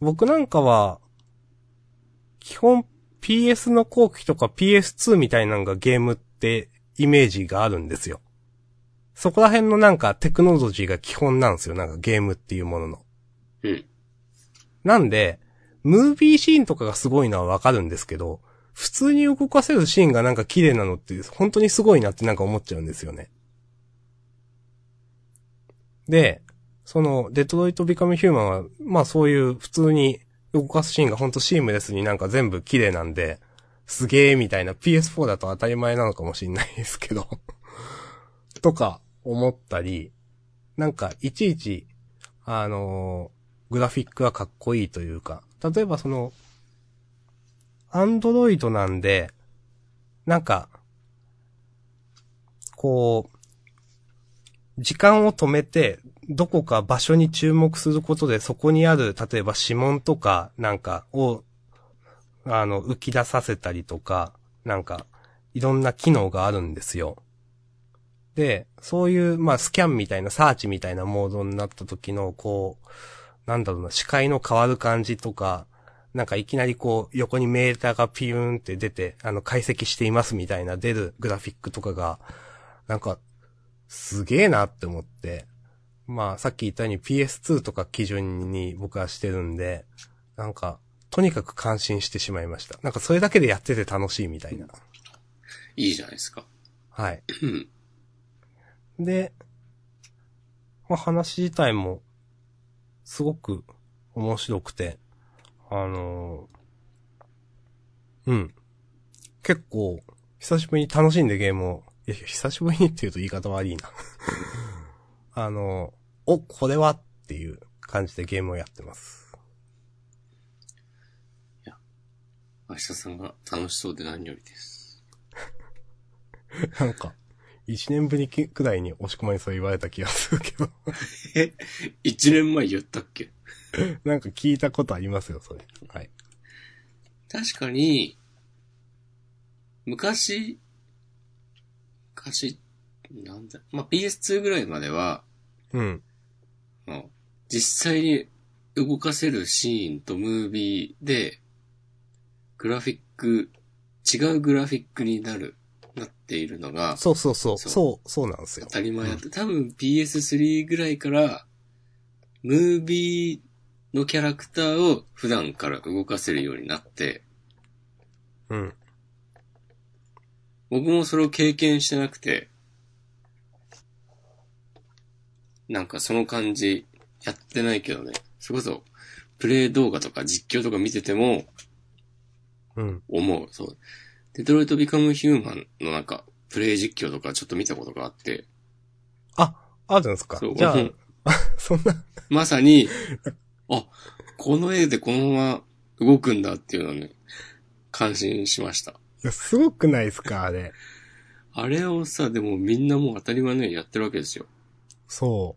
A: 僕なんかは、基本 PS の後期とか PS2 みたいなのがゲームってイメージがあるんですよ。そこら辺のなんかテクノロジーが基本なんですよ。なんかゲームっていうものの。
B: うん。
A: なんで、ムービーシーンとかがすごいのはわかるんですけど、普通に動かせるシーンがなんか綺麗なのって本当にすごいなってなんか思っちゃうんですよね。で、その、デトロイト・ビカム・ヒューマンは、まあそういう普通に動かすシーンが本当シームレスになんか全部綺麗なんで、すげえみたいな PS4 だと当たり前なのかもしんないですけど、とか思ったり、なんかいちいち、あのーグラフィックがかっこいいというか、例えばその、アンドロイドなんで、なんか、こう、時間を止めて、どこか場所に注目することで、そこにある、例えば指紋とか、なんかを、あの、浮き出させたりとか、なんか、いろんな機能があるんですよ。で、そういう、まあ、スキャンみたいな、サーチみたいなモードになった時の、こう、なんだろうな、視界の変わる感じとか、なんかいきなりこう、横にメーターがピューンって出て、あの、解析していますみたいな出るグラフィックとかが、なんか、すげえなって思って、まあ、さっき言ったように PS2 とか基準に僕はしてるんで、なんか、とにかく感心してしまいました。なんかそれだけでやってて楽しいみたいな。
B: いいじゃないですか。
A: はい。
B: うん。
A: で、まあ、話自体も、すごく面白くて、あのーうん。結構、久しぶりに楽しんでゲームを、いや、久しぶりにって言うと言い方悪いな。 あのーお、これはっていう感じでゲームをやってます。
B: 明日さんが楽しそうで何よりです。
A: なんか、一年ぶりくらいに押し込まにそう言われた気がするけど。
B: 一年前言ったっけ
A: なんか聞いたことありますよ、それ。はい。
B: 確かに、昔、昔、なんだ、まあ、PS2 ぐらいまでは、
A: うん。
B: まあ実際に動かせるシーンとムービーで、グラフィック、違うグラフィックになる、なっているのが、
A: そうそうそう。
B: そう
A: そう、そうなんですよ
B: 当。たり前だった。多分 PS3 ぐらいから、ムービーのキャラクターを普段から動かせるようになって、
A: うん。
B: 僕もそれを経験してなくて、なんかその感じやってないけどね。それこそ、プレイ動画とか実況とか見てても
A: うん。
B: 思う。そう。デトロイトビカムヒューマンのなんか、プレイ実況とかちょっと見たことがあって、
A: あ、あるんですか
B: そう
A: じゃあ
B: うん、
A: そんな、
B: まさに、あ、この絵でこのまま動くんだっていうのをね、感心しました。
A: いや、すごくないですかあれ。
B: あれをさ、でもみんなもう当たり前のようにやってるわけですよ。
A: そ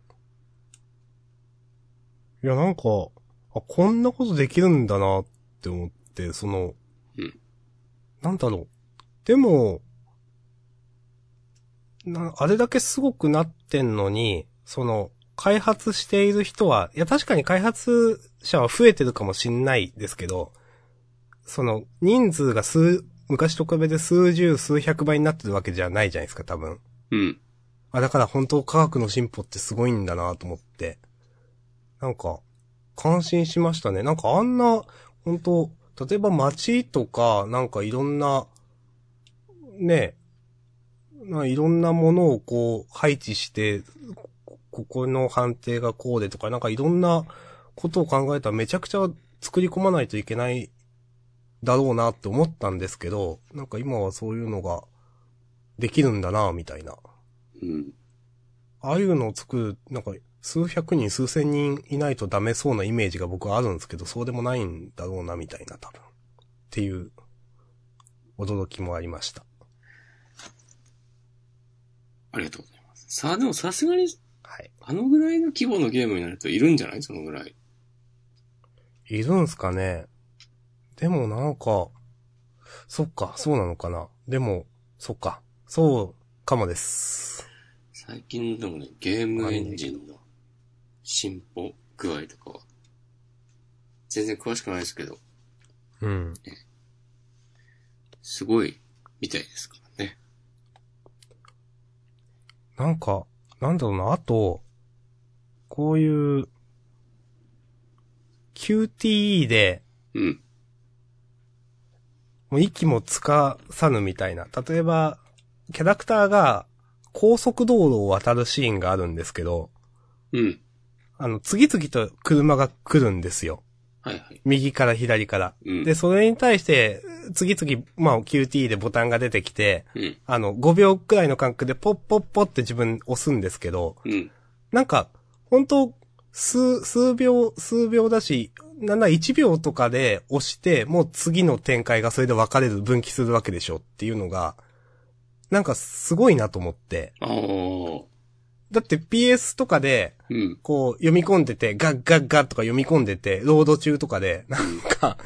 A: う。いや、なんか、あ、こんなことできるんだなって思って、その、
B: うん
A: なんだろう。でも、な、あれだけすごくなってんのに、その、開発している人は、いや、確かに開発者は増えてるかもしんないですけど、その、人数が数、昔と比べて数十、数百倍になってるわけじゃないじゃないですか、多分。
B: うん。
A: あ、だから本当科学の進歩ってすごいんだなと思って。なんか、感心しましたね。なんかあんな、本当例えば街とか、なんかいろんな、ねえ、なんかいろんなものをこう配置して、こここの判定がこうでとか、なんかいろんなことを考えたらめちゃくちゃ作り込まないといけないだろうなって思ったんですけど、なんか今はそういうのができるんだなみたいな。
B: うん。
A: ああいうのを作る、なんか、数百人、数千人いないとダメそうなイメージが僕はあるんですけど、そうでもないんだろうな、みたいな、多分。っていう、驚きもありました。
B: ありがとうございます。さあ、でもさすがに、
A: はい。
B: あのぐらいの規模のゲームになるといるんじゃないそのぐらい。
A: いるんすかねでもなんか、そっか、そうなのかな。でも、そっか、そうかもです。
B: 最近でもね、ゲームエンジンの進歩具合とかは、全然詳しくないですけど、
A: うん。
B: すごいみたいですからね。
A: なんか、なんだろうな、あと、こういう、QTE で、
B: うん。
A: もう息もつかさぬみたいな。例えば、キャラクターが高速道路を渡るシーンがあるんですけど、
B: うん。
A: あの、次々と車が来るんですよ。
B: はいはい。
A: 右から左から。
B: うん。
A: で、それに対して、次々、まあ、QT でボタンが出てきて、
B: うん。
A: あの、5秒くらいの間隔でポッポッポって自分押すんですけど、
B: うん。
A: なんか、本当数、数秒、数秒だし、なんなら1秒とかで押して、もう次の展開がそれで分かれる、分岐するわけでしょっていうのが、なんかすごいなと思って。
B: ああ。
A: だって PS とかで、
B: うん。
A: こう読み込んでて、ガッガッガッとか読み込んでて、ロード中とかで、なんか、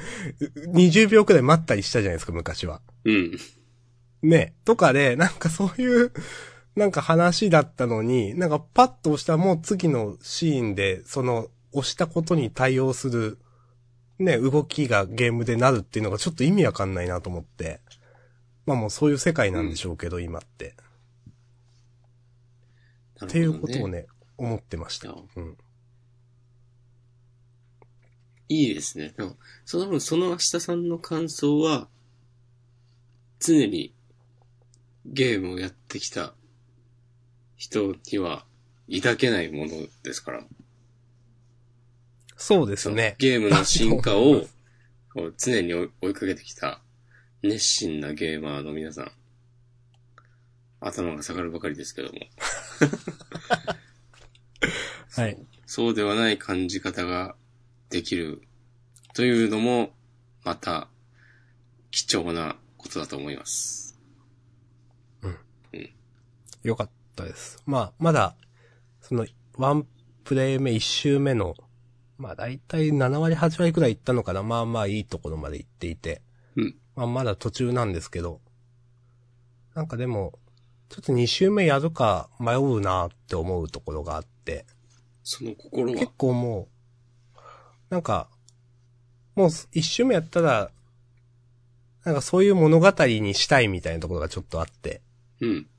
A: 20秒くらい待ったりしたじゃないですか、昔は。
B: うん。
A: ね、とかで、なんかそういう、なんか話だったのに、なんかパッと押したらもう次のシーンで、その、押したことに対応する、ね、動きがゲームでなるっていうのがちょっと意味わかんないなと思って。まあもうそういう世界なんでしょうけど、今って。っていうことを
B: ね。
A: ね、思ってました。
B: いや
A: うん。
B: いいですね。でも、その分、その明日さんの感想は、常にゲームをやってきた人には抱けないものですから。
A: そうですね。
B: ゲームの進 化をこう常に追い追いかけてきた熱心なゲーマーの皆さん。頭が下がるばかりですけども。
A: はい。
B: そうではない感じ方ができるというのも、また、貴重なことだと思います。
A: 良かったです。まあ、まだ、その、ワンプレイ目、一周目の、まあ、だいたい7割、8割くらい行ったのかな。まあまあ、いいところまで行っていて。
B: うん
A: まあ、まだ途中なんですけど。なんかでも、ちょっと2周目やるか迷うなって思うところがあって。
B: その心は
A: 結。構もう、なんか、もう一周目やったら、なんかそういう物語にしたいみたいなところがちょっとあって、
B: うん。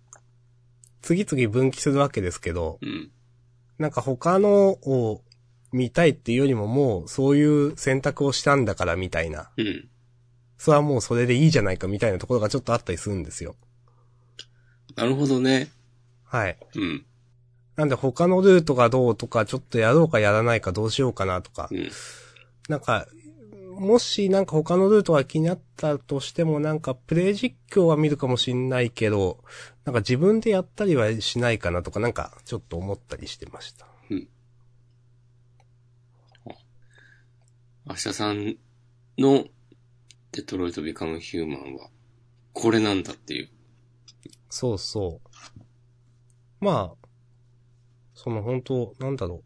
A: 次々分岐するわけですけど、
B: うん。
A: なんか他のを見たいっていうよりももうそういう選択をしたんだからみたいな、
B: うん。
A: それはもうそれでいいじゃないかみたいなところがちょっとあったりするんですよ。
B: なるほどね。
A: はい。
B: うん。
A: なんで他のルートがどうとか、ちょっとやろうかやらないかどうしようかなとか
B: う、ん。
A: なんか、もしなんか他のルートが気になったとしてもなんかプレイ実況は見るかもしんないけど、なんか自分でやったりはしないかなとかなんかちょっと思ったりしてました。
B: 明日さんのデトロイトビカムヒューマンは、これなんだっていう。
A: そうそう。まあ、その本当なんだろう。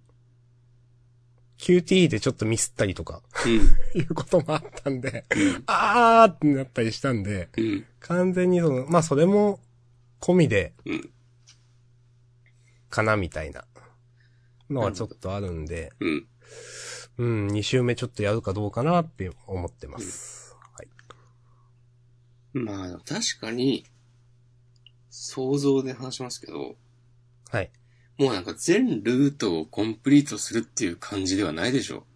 A: QT でちょっとミスったりとか いうこともあったんで、あーってなったりしたんで、
B: うん。うん。
A: 完全にその、まあそれも込みで
B: うん。
A: かなみたいなのはちょっとあるんで、
B: うん。
A: うん、2周目ちょっとやるかどうかなって思ってます。はい。
B: まあ、確かに、想像で話しますけど、
A: はい。
B: もうなんか全ルートをコンプリートするっていう感じではないでしょ。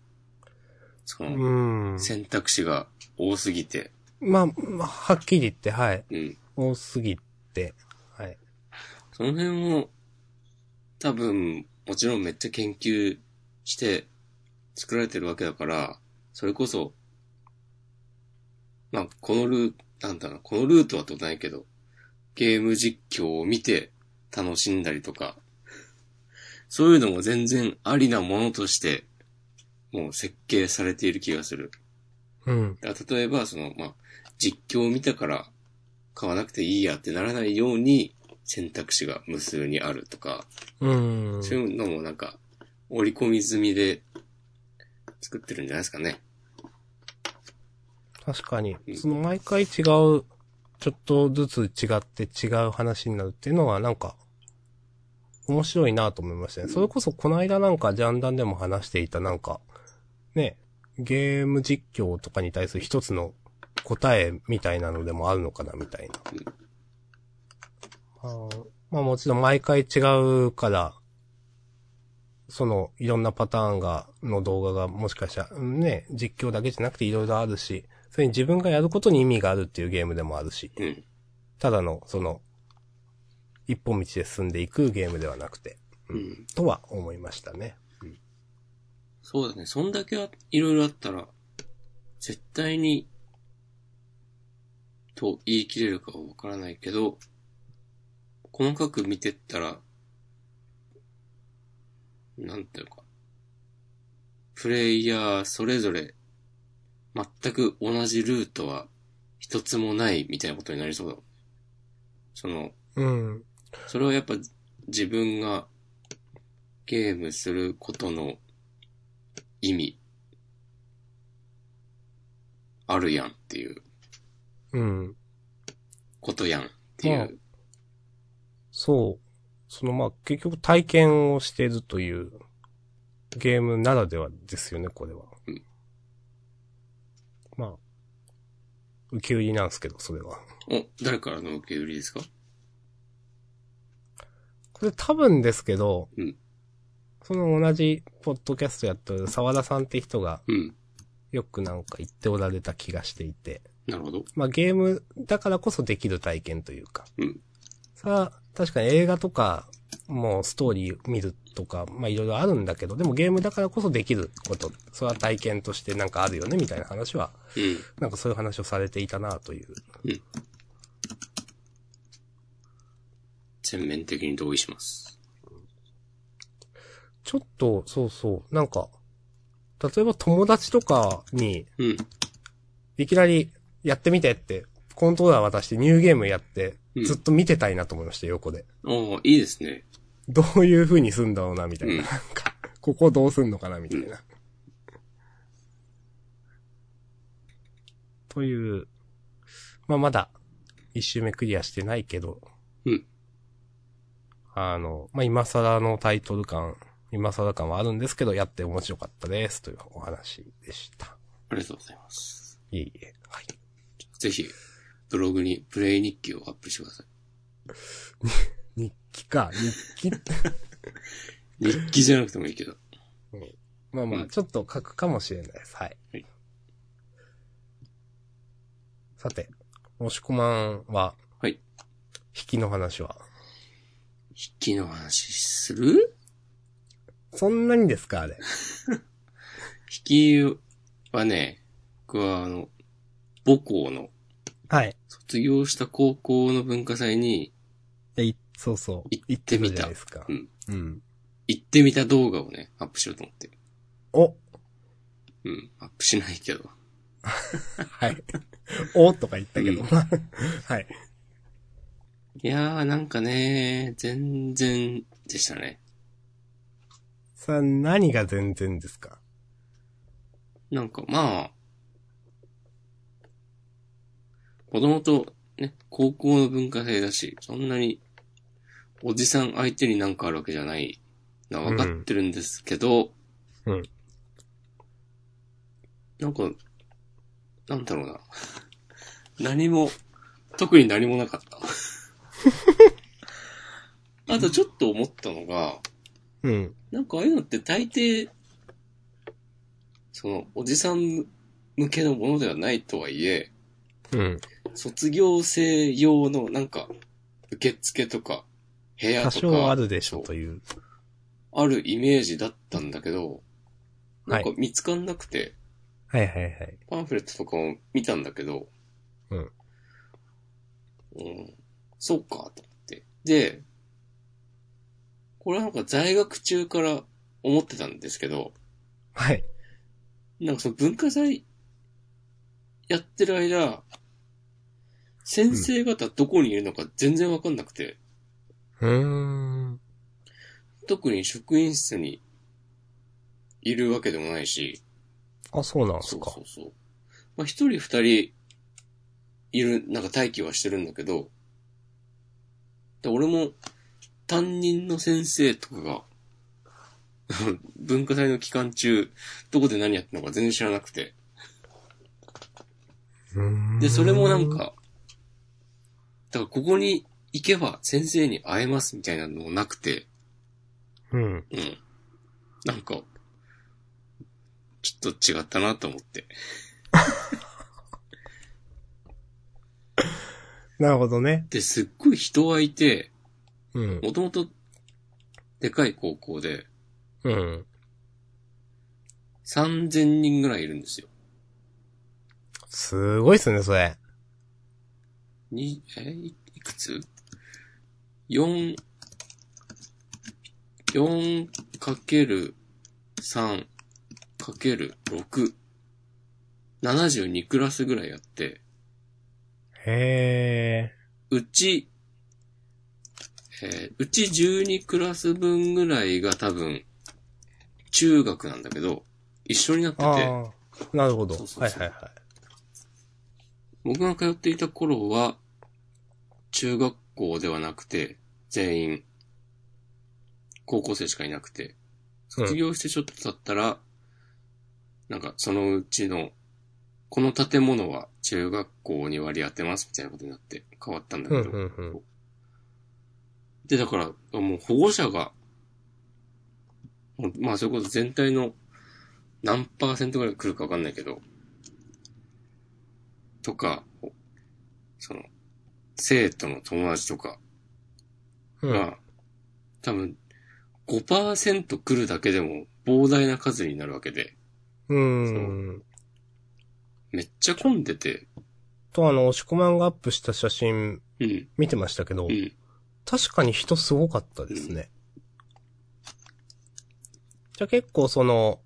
B: そうの、
A: ん。
B: 選択肢が多すぎて。
A: まあ、まあはっきり言って、はい。
B: うん。
A: 多すぎて、はい。
B: その辺も、多分、もちろんめっちゃ研究して作られてるわけだから、それこそ、まあ、このルー、なんだろう、このルートはとないけど、ゲーム実況を見て楽しんだりとか、そういうのも全然ありなものとして、もう設計されている気がする。
A: うん。
B: だから例えば、その、まあ、実況を見たから買わなくていいやってならないように選択肢が無数にあるとか、
A: うん。
B: そういうのもなんか、織り込み済みで作ってるんじゃないですかね。
A: 確かに
B: う。ん
A: その毎回違う、ちょっとずつ違って違う話になるっていうのはなんか、面白いなと思いましたね。それこそこの間なんかジャンダンでも話していたなんか、ね、ゲーム実況とかに対する一つの答えみたいなのでもあるのかなみたいな。あーまあもちろん毎回違うから、そのいろんなパターンが、の動画がもしかしたら、うんね、実況だけじゃなくていろいろあるし、それに自分がやることに意味があるっていうゲームでもあるし、
B: うん。
A: ただの、その、一本道で進んでいくゲームではなくて、
B: うん。
A: とは思いましたね。
B: そうだね。そんだけいろいろあったら、絶対に、と言い切れるかはわからないけど、細かく見てったら、なんていうか、プレイヤーそれぞれ、全く同じルートは一つもないみたいなことになりそうだもん。その、
A: うん。
B: それはやっぱ自分がゲームすることの意味あるやんっていう
A: うん。
B: ことやんっていう。
A: そう。そのまあ結局体験をしてるというゲームならではですよね、これは。
B: うん
A: まあ、受け売りなんですけど、それは。
B: お、誰からの受け売りですか
A: これ多分ですけど、
B: うん
A: その同じポッドキャストやってる沢田さんって人が
B: うん。
A: よくなんか言っておられた気がしていて、
B: なるほど。
A: まあゲームだからこそできる体験というか、
B: うん。
A: さあ、確かに映画とか、もうストーリー見るとか、まあいろいろあるんだけど、でもゲームだからこそできること、それは体験としてなんかあるよね、みたいな話は、
B: うん。
A: なんかそういう話をされていたなという。
B: 全面的に同意します。
A: ちょっと、そうそう、なんか、例えば友達とかに、
B: うん。
A: いきなりやってみてって、コントローラー渡してニューゲームやって
B: う、ん
A: ずっと見てたいなと思いました、横で。
B: おーいいですね。
A: どういう風にすんだろうな、みたいな。
B: うん
A: なんか、ここどうすんのかな、みたいな。という、まあまだ、一周目クリアしてないけど、
B: うん
A: あの、まあ今更のタイトル感、今更感はあるんですけど、やって面白かったです、というお話でした。
B: ありがとうございます。
A: いえいえ。はい。
B: ぜひ、ブログにプレイ日記をアップしてください。
A: 日記か、日記って、
B: 日記じゃなくてもいいけど。
A: まあま
B: う
A: あ、
B: ん
A: ちょっと書くかもしれないです。はい。
B: はい
A: さて、もしこまんは、
B: はい
A: 引きの話は、
B: 筆記の話する
A: そんなにですかあれ。
B: 筆記はね、僕はあの、母校の
A: はい。
B: 卒業した高校の文化祭に
A: でいそうそう。
B: 行ってみた
A: じゃないですか。
B: うん。
A: うん。
B: 行ってみた動画をね、アップしようと思って。
A: お
B: うん、アップしないけど。
A: はい。 おとか言ったけど。
B: うん
A: はい。
B: いやー、なんかね、全然でしたね。
A: さあ、何が全然ですか
B: なんかまあ、子供とね、高校の文化祭だし、そんなに、おじさん相手になんかあるわけじゃないのは分かってるんですけど、
A: うんうん
B: なんか、なんだろうな。 何も、特に何もな かった。あとちょっと思ったのが、
A: うん。
B: なんかああいうのって大抵、その、おじさん向けのものではないとはいえ、
A: うん。
B: 卒業生用のなんか、受付とか、部屋
A: 多
B: と
A: 少あ
B: か、
A: るでしょという。
B: あるイメージだったんだけど、なんか
A: は
B: 見つかんなくて、
A: はいはいはい。
B: パンフレットとかも見たんだけど、
A: うん。
B: うん、そうか、と思って。で、これはなんか在学中から思ってたんですけど、
A: はい。
B: なんかその文化祭やってる間、先生方どこにいるのか全然わかんなくて、
A: うーん。
B: 特に職員室にいるわけでもないし、
A: あ、そうなんです
B: そう
A: か
B: そ。うそう。まあ一人二人いる、なんか待機はしてるんだけど、で俺も担任の先生とかが、 文化祭の期間中、どこで何やってるのか全然知らなくて、
A: うーん
B: で、それもなん。か、だからここに行けば先生に会えますみたいなのもなくて、
A: うん。
B: うん。なんか、ちょっと違ったなと思って。
A: なるほどね。
B: で、すっごい人がいて、
A: うん。
B: もともとでかい高校で
A: うん。
B: 3000人ぐらいいるんですよ。
A: すごいっすね、それ。
B: に、え、いいくつ ?4、4かける3かける6。72クラスぐらいあって、
A: へ
B: うち、えーうち12クラス分ぐらいが多分、中学なんだけど、一緒になっ
A: ー。
B: てて、
A: ああ。なるほど。
B: そうそうそう
A: はいはいはい。
B: 僕が通っていた頃は、中学校ではなくて、全員、高校生しかいなくて、卒業してちょっと経ったら、なんかそのうちの、この建物は中学校に割り当てますみたいなことになって変わったんだけ
A: うん
B: ど、
A: うんうん。
B: で、だから、もう保護者が、まあ、それこそ全体の何パーセントぐらい来るかわかんないけど、とか、その、生徒の友達とか
A: う
B: が、
A: ん。
B: 多分、5%来るだけでも膨大な数になるわけで、
A: うん。
B: めっちゃ混んでて、
A: と、あの、押し込まんがアップした写真
B: うん、
A: 見てましたけど
B: う、ん。
A: 確かに人すごかったですね。じゃあ結構その、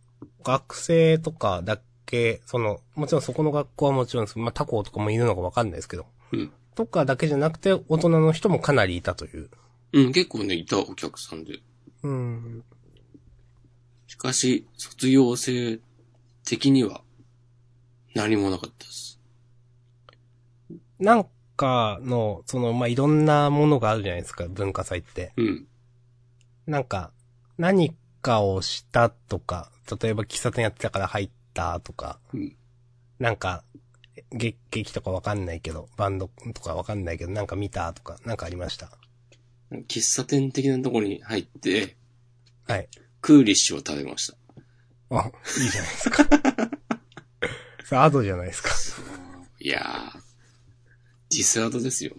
A: 学生とかだけ、その、もちろんそこの学校はもちろんですまあ他校とかもいるのかわかんないですけど、
B: うん
A: とかだけじゃなくて、大人の人もかなりいたという。
B: うん、結構ね、いたお客さんで。
A: うん。
B: しかし、卒業生的には何もなかったです。
A: なんかの、その、まあ、いろんなものがあるじゃないですか、文化祭って。
B: うん。
A: なんか、何かをしたとか、例えば喫茶店やってたから入ったとか、
B: うん
A: なんか、劇劇とかわかんないけど、バンドとかわかんないけど、なんか見たとか、なんかありました。
B: 喫茶店的なところに入って、
A: はい。
B: クーリッシュを食べました。
A: あ、いいじゃないですか。それアドじゃないですか。
B: いやー、ディスアドですよ。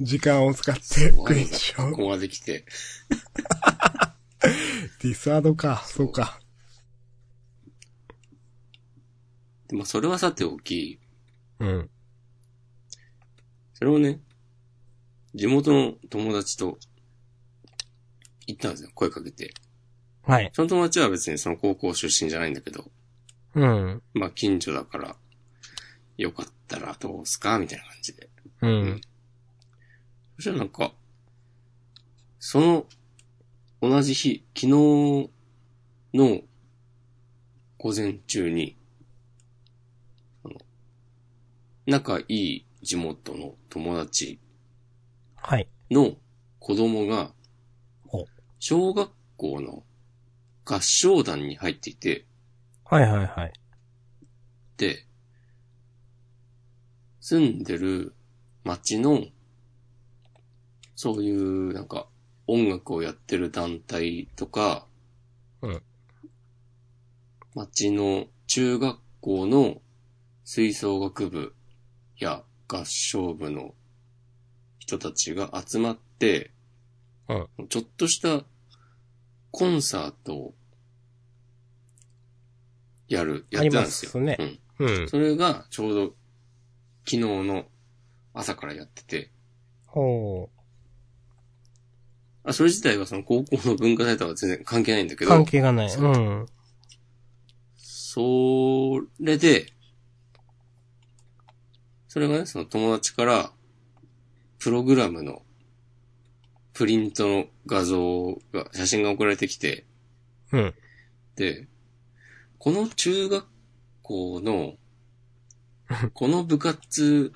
A: 時間を使って、クリッシ
B: こ
A: ュを。
B: こまで来て。
A: ディスアドか、そうか。
B: でもそれはさておき、
A: うん。
B: それをね、地元の友達と行ったんですよ、声かけて。
A: はい。
B: その友達は別にその高校出身じゃないんだけど、
A: うん。
B: まあ近所だから、よかったらどうすかみたいな感じで。
A: うん。
B: そしたらなんか、その、同じ日、昨日の午前中に、あの仲いい地元の友達
A: はい。
B: の子供が
A: ほう、
B: 小学校の合唱団に入っていて、
A: はいはいはい。
B: で、住んでる町の、そういうなんか音楽をやってる団体とか、
A: うん
B: 町の中学校の吹奏楽部や合唱部の人たちが集まって、
A: うん
B: ちょっとしたコンサートをやる、やってたんですよ。
A: ありますね
B: うん
A: うん。
B: それがちょうど昨日の朝からやってて、
A: ほ
B: あ、それ自体はその高校の文化祭とは全然関係ないんだけ
A: う。
B: ど、
A: 関係がない。うん。
B: それで、それがね、その友達から、プログラムの、プリントの画像が、写真が送られてきて、
A: うん。
B: で、この中学校 の、この部活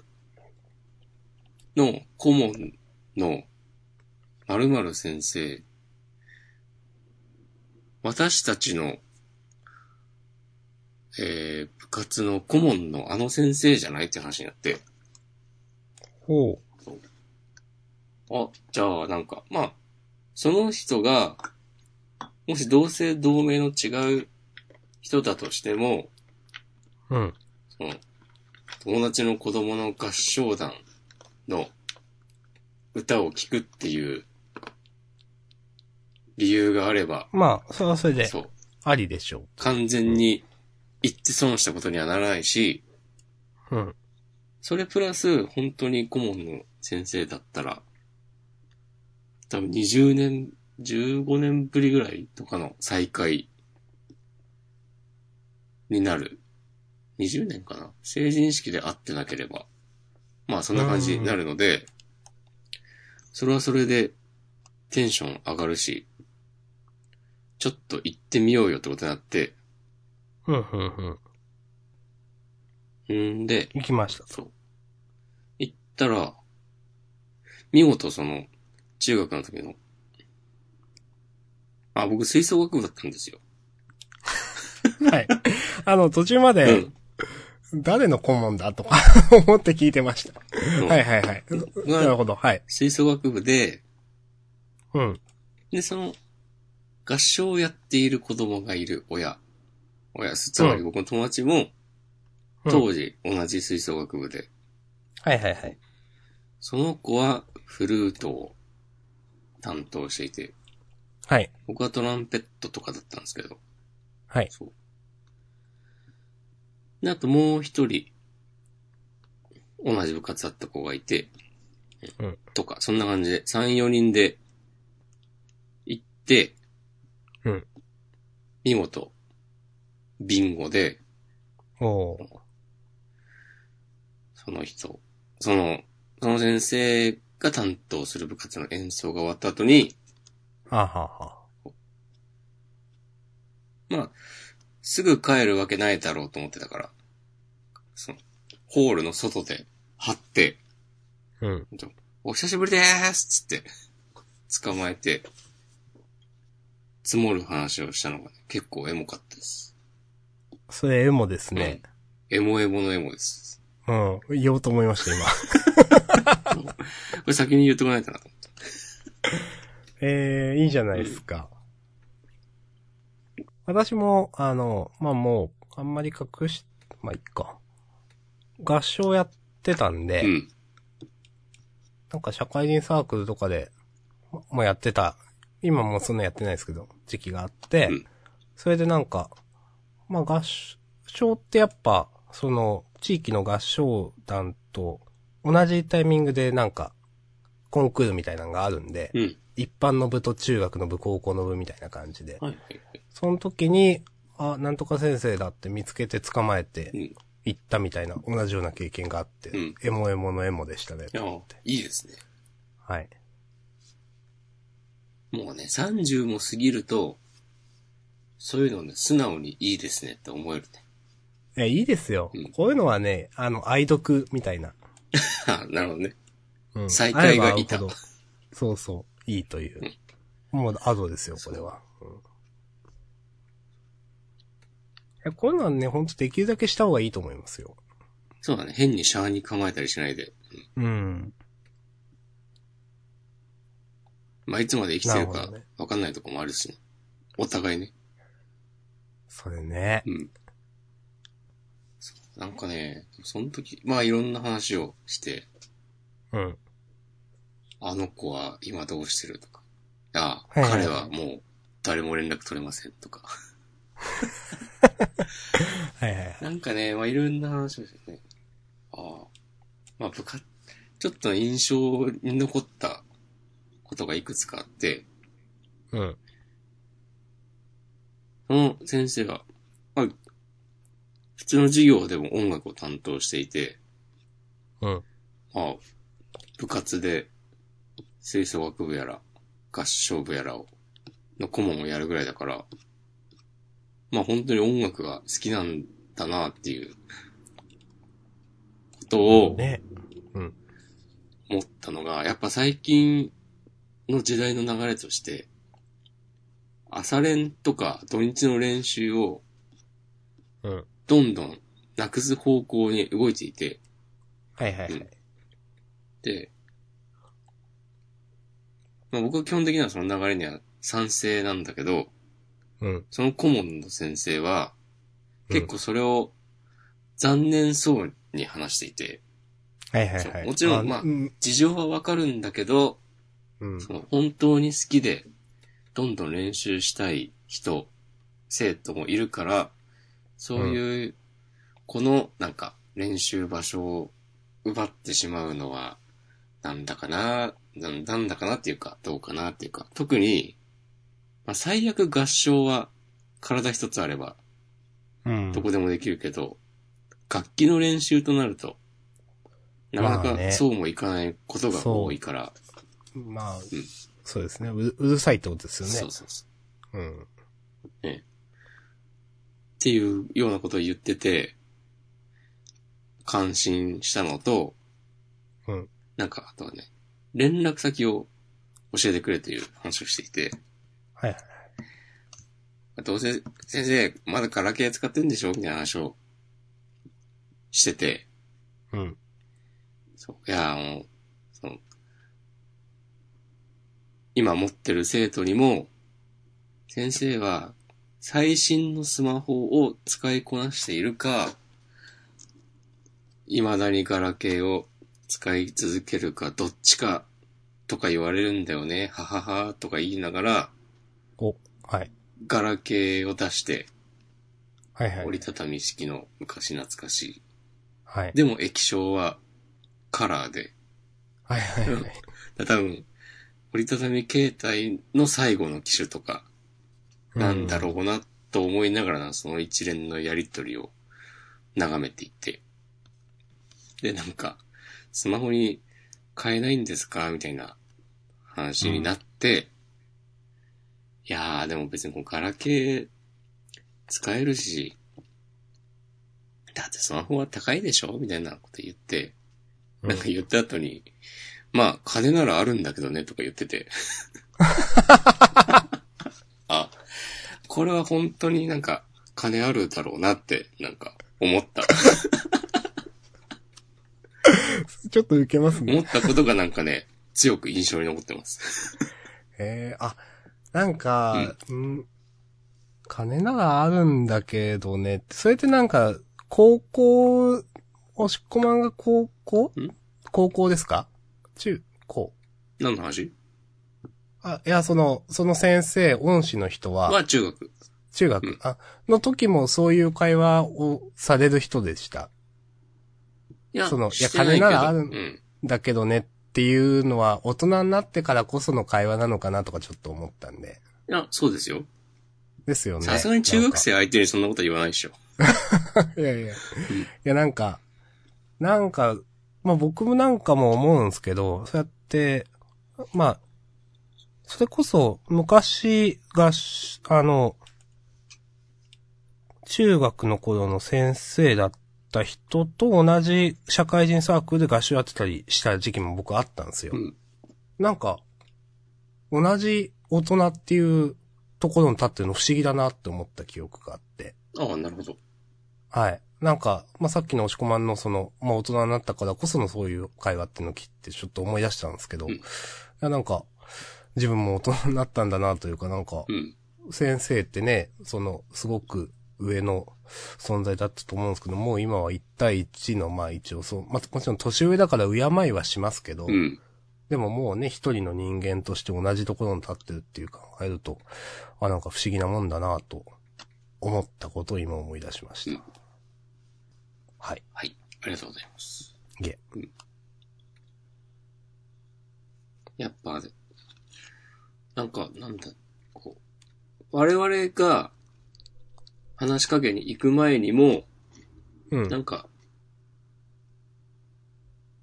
B: の顧問の〇〇先生、私たちの、えー、部活の顧問のあの先生じゃないって話になって、
A: ほ
B: あ、じゃあ、なんか、まあ、その人が、もし同姓同名の違う人だとしても、
A: う。うん。
B: その、友達の子供の合唱団の歌を聴くっていう理由があれば、
A: まあ、それはそれで、
B: そう、
A: ありでしょ
B: 完全に言って損したことにはならないし、
A: う。うん。
B: それプラス、本当に顧問の先生だったら、多分20年、15年ぶりぐらいとかの再会になる。20年かな成人式で会ってなければ。まあそんな感じになるので、それはそれでテンション上がるし、ちょっと行ってみようよってことになって、
A: うん、うん、うん。
B: んで、
A: 行きました。
B: そう。行ったら、見事その、中学の時の、あ、僕吹奏楽部だったんですよ。
A: はい。あの、途中ま
B: う
A: で、
B: ん。
A: 誰の顧問だ とか、思って聞いてました。
B: うん
A: はいはいはい。なるほど、はい。
B: 吹奏楽部で、
A: うん。
B: で、その、合唱をやっている子供がいる親。親、つまり僕の友達も、
A: うん
B: 当時同じ吹奏楽部で、
A: はいはいはい。
B: その子はフルートを担当していて、
A: はい。
B: 僕はトランペットとかだったんですけど、
A: はい。
B: そう。で、あともう一人、同じ部活だった子がいて、
A: うん
B: とか、そんな感じで、3、4人で、行って、
A: うん
B: 見事、ビンゴで、
A: おー
B: その人。その、その先生が担当する部活の演奏が終わった後に、
A: はあ、はあはあ、
B: まあ、すぐ帰るわけないだろうと思ってたから、その、ホールの外で張って、
A: うん。
B: お久しぶりでーすっつって、捕まえて、積もる話をしたのが、ね、結構エモかったです。
A: それエモですね。
B: エモエモのエモです。
A: うん。言おうと思いました、今。
B: これ先に言っとかないとなと思って。
A: ええいいじゃないですか。私も、あの、まあ、もう、あんまり隠し、まあ、いっか。合唱やってたんで、
B: うん。
A: なんか社会人サークルとかで、ももうやってた。今もうそんなやってないですけど、時期があって、
B: うん
A: それでなんか、まあ合唱ってやっぱ、その、地域の合唱団と同じタイミングでなんか、コンクールみたいなのがあるんで、
B: うん。
A: 一般の部と中学の部、高校の部みたいな感じで、
B: はいはいはい。
A: その時に、あ、なんとか先生だって見つけて捕まえて
B: うん。い
A: 行ったみたいな、同じような経験があって、
B: うん
A: エモエモのエモでしたね。
B: や、いいですね。
A: はい。
B: もうね、30も過ぎると、そういうのね、素直にいいですねって思えるね。
A: え、いいですよ。
B: うん
A: こういうのはね、あの、愛読みたいな。
B: あなるほどね。
A: うん。
B: 再会がいた
A: 会えば会うほどそうそう、いいという。もう、アドですよ、これは。うんいやこういうのはね、ほんとできるだけした方がいいと思いますよ。
B: そうだね。変にシャーに構えたりしないで。
A: うん。
B: まあ、いつまで生きてる
A: なる
B: か
A: ほどね、
B: わかんないとこもあるしね。お互いね。
A: それね。
B: うん。そうなんかね、その時、まあいろんな話をして、
A: うん。
B: あの子は今どうしてるとか、ああ、
A: はいはいはい
B: 彼はもう誰も連絡取れませんとか。
A: はいはいはい。
B: なんかね、まあいろんな話をしてね。ああ、まあ部活、ちょっと印象に残ったことがいくつかあって、
A: うん。
B: その先生が、まあ、普通の授業でも音楽を担当していて、
A: うん。
B: まあ、部活で、吹奏楽部やら、合唱部やらを、の顧問をやるぐらいだから、まあ本当に音楽が好きなんだなっていう、ことを
A: ね。
B: 思ったのが、やっぱ最近の時代の流れとして、朝練とか土日の練習を
A: うん。
B: どんどんなくす方向に動いていて、
A: はいはいは
B: うん
A: い。
B: で、まあ、僕は基本的にはその流れには賛成なんだけど、
A: うん。
B: その顧問の先生は、
A: うん
B: 結構それを残念そうに話していて、
A: はいはいは
B: そう
A: い。
B: もちろんまあ
A: うん。
B: 事情はわかるんだけど、
A: うん
B: その本当に好きで、どんどん練習したい人、生徒もいるから、そういう、このなんか練習場所を奪ってしまうのは、なんだかな、なんなんだかなっていうか、どうかなっていうか、特に、まあ、最悪合唱は体一つあれば
A: うん
B: どこでもできるけど、楽器の練習となると、なかな
A: まあね
B: かそうもいかないことが多いから、
A: まあ
B: ん、
A: そうですね。うるうるさいってことですよね。
B: そうそうそう。
A: うん。
B: っていうようなことを言ってて、感心したのと、
A: うん
B: なんか、あとはね、連絡先を教えてくれという話をしていて、
A: はいはい。
B: どうせ、先生、まだガラケー使ってるんでしょみたいな話をしてて、
A: うん。
B: そういや、もう、その、今持ってる生徒にも、先生は最新のスマホを使いこなしているか、未だにガラケーを使い続けるか、どっちか、とか言われるんだよね、ははは、とか言いながら、
A: お、はい。
B: ガラケーを出して、
A: はいはい。
B: 折りたたみ式の昔懐かしい。
A: はい。
B: でも液晶はカラーで、
A: はいはいはい。
B: 多分、折りたたみ携帯の最後の機種とか、 なんだろうな、と思いながらな、その一連のやりとりを眺めていて。で、なんか、スマホに買えないんですかみたいな話になって、いやー、でも別にもうガラケー使えるし、だってスマホは高いでしょみたいなこと言って、
A: うん
B: なんか言った後に、まあ、金ならあるんだけどね、とか言っ てて。あ、これは本当になんか、金あるだろうなって、なんか、思った。
A: ちょっと受けますね。
B: 思ったことがなんかね、強く印象に残ってます。
A: えー、あ、なんか、うん、金ならあるんだけどねって、それってなんか、高校、押し込まんが高校
B: ん
A: 高校ですか中高。
B: 何の話
A: あ、いや、その、その先生、恩師の人は、
B: は中学。
A: 中学、
B: うん
A: あ、の時もそういう会話をされる人でした。
B: いや
A: その
B: していけ
A: い
B: ど
A: や金ならある
B: うん。
A: だけどねっていうのは、大人になってからこその会話なのかなとかちょっと思ったんで。
B: いや、そうですよ。
A: ですよね。
B: さすがに中学生相手にそんなことは言わないでしょ。
A: いやいや。いや、なんか、なんか、まあ僕もなんかも思うんですけど、そうやって、まあ、それこそ、昔がし、あの、中学の頃の先生だった人と同じ社会人サークルで合唱やってたりした時期も僕あったんですよ。
B: うん
A: なんか、同じ大人っていうところに立ってるの不思議だなって思った記憶があって。
B: ああ、なるほど。
A: はい。なんか、まあ、さっきの押し込まんのその、まあ、大人になったからこそのそういう会話っていうのを聞いてちょっと思い出したんですけど、
B: うん
A: いや、なんか、自分も大人になったんだなというか、なんか
B: う、ん。
A: 先生ってね、その、すごく上の存在だったと思うんですけど、もう今は1対1の、まあ、一応そう、まあ、もちろん年上だから敬いはしますけど、
B: うん。
A: でももうね、一人の人間として同じところに立ってるっていう考えると、あ、なんか不思議なもんだなと思ったことを今思い出しました。
B: うん
A: はい。
B: はい。ありがとうございます。
A: いえ
B: うん。やっぱ、なんか、なんだ、こう、我々が話しかけに行く前にも、
A: う。
B: なんんか、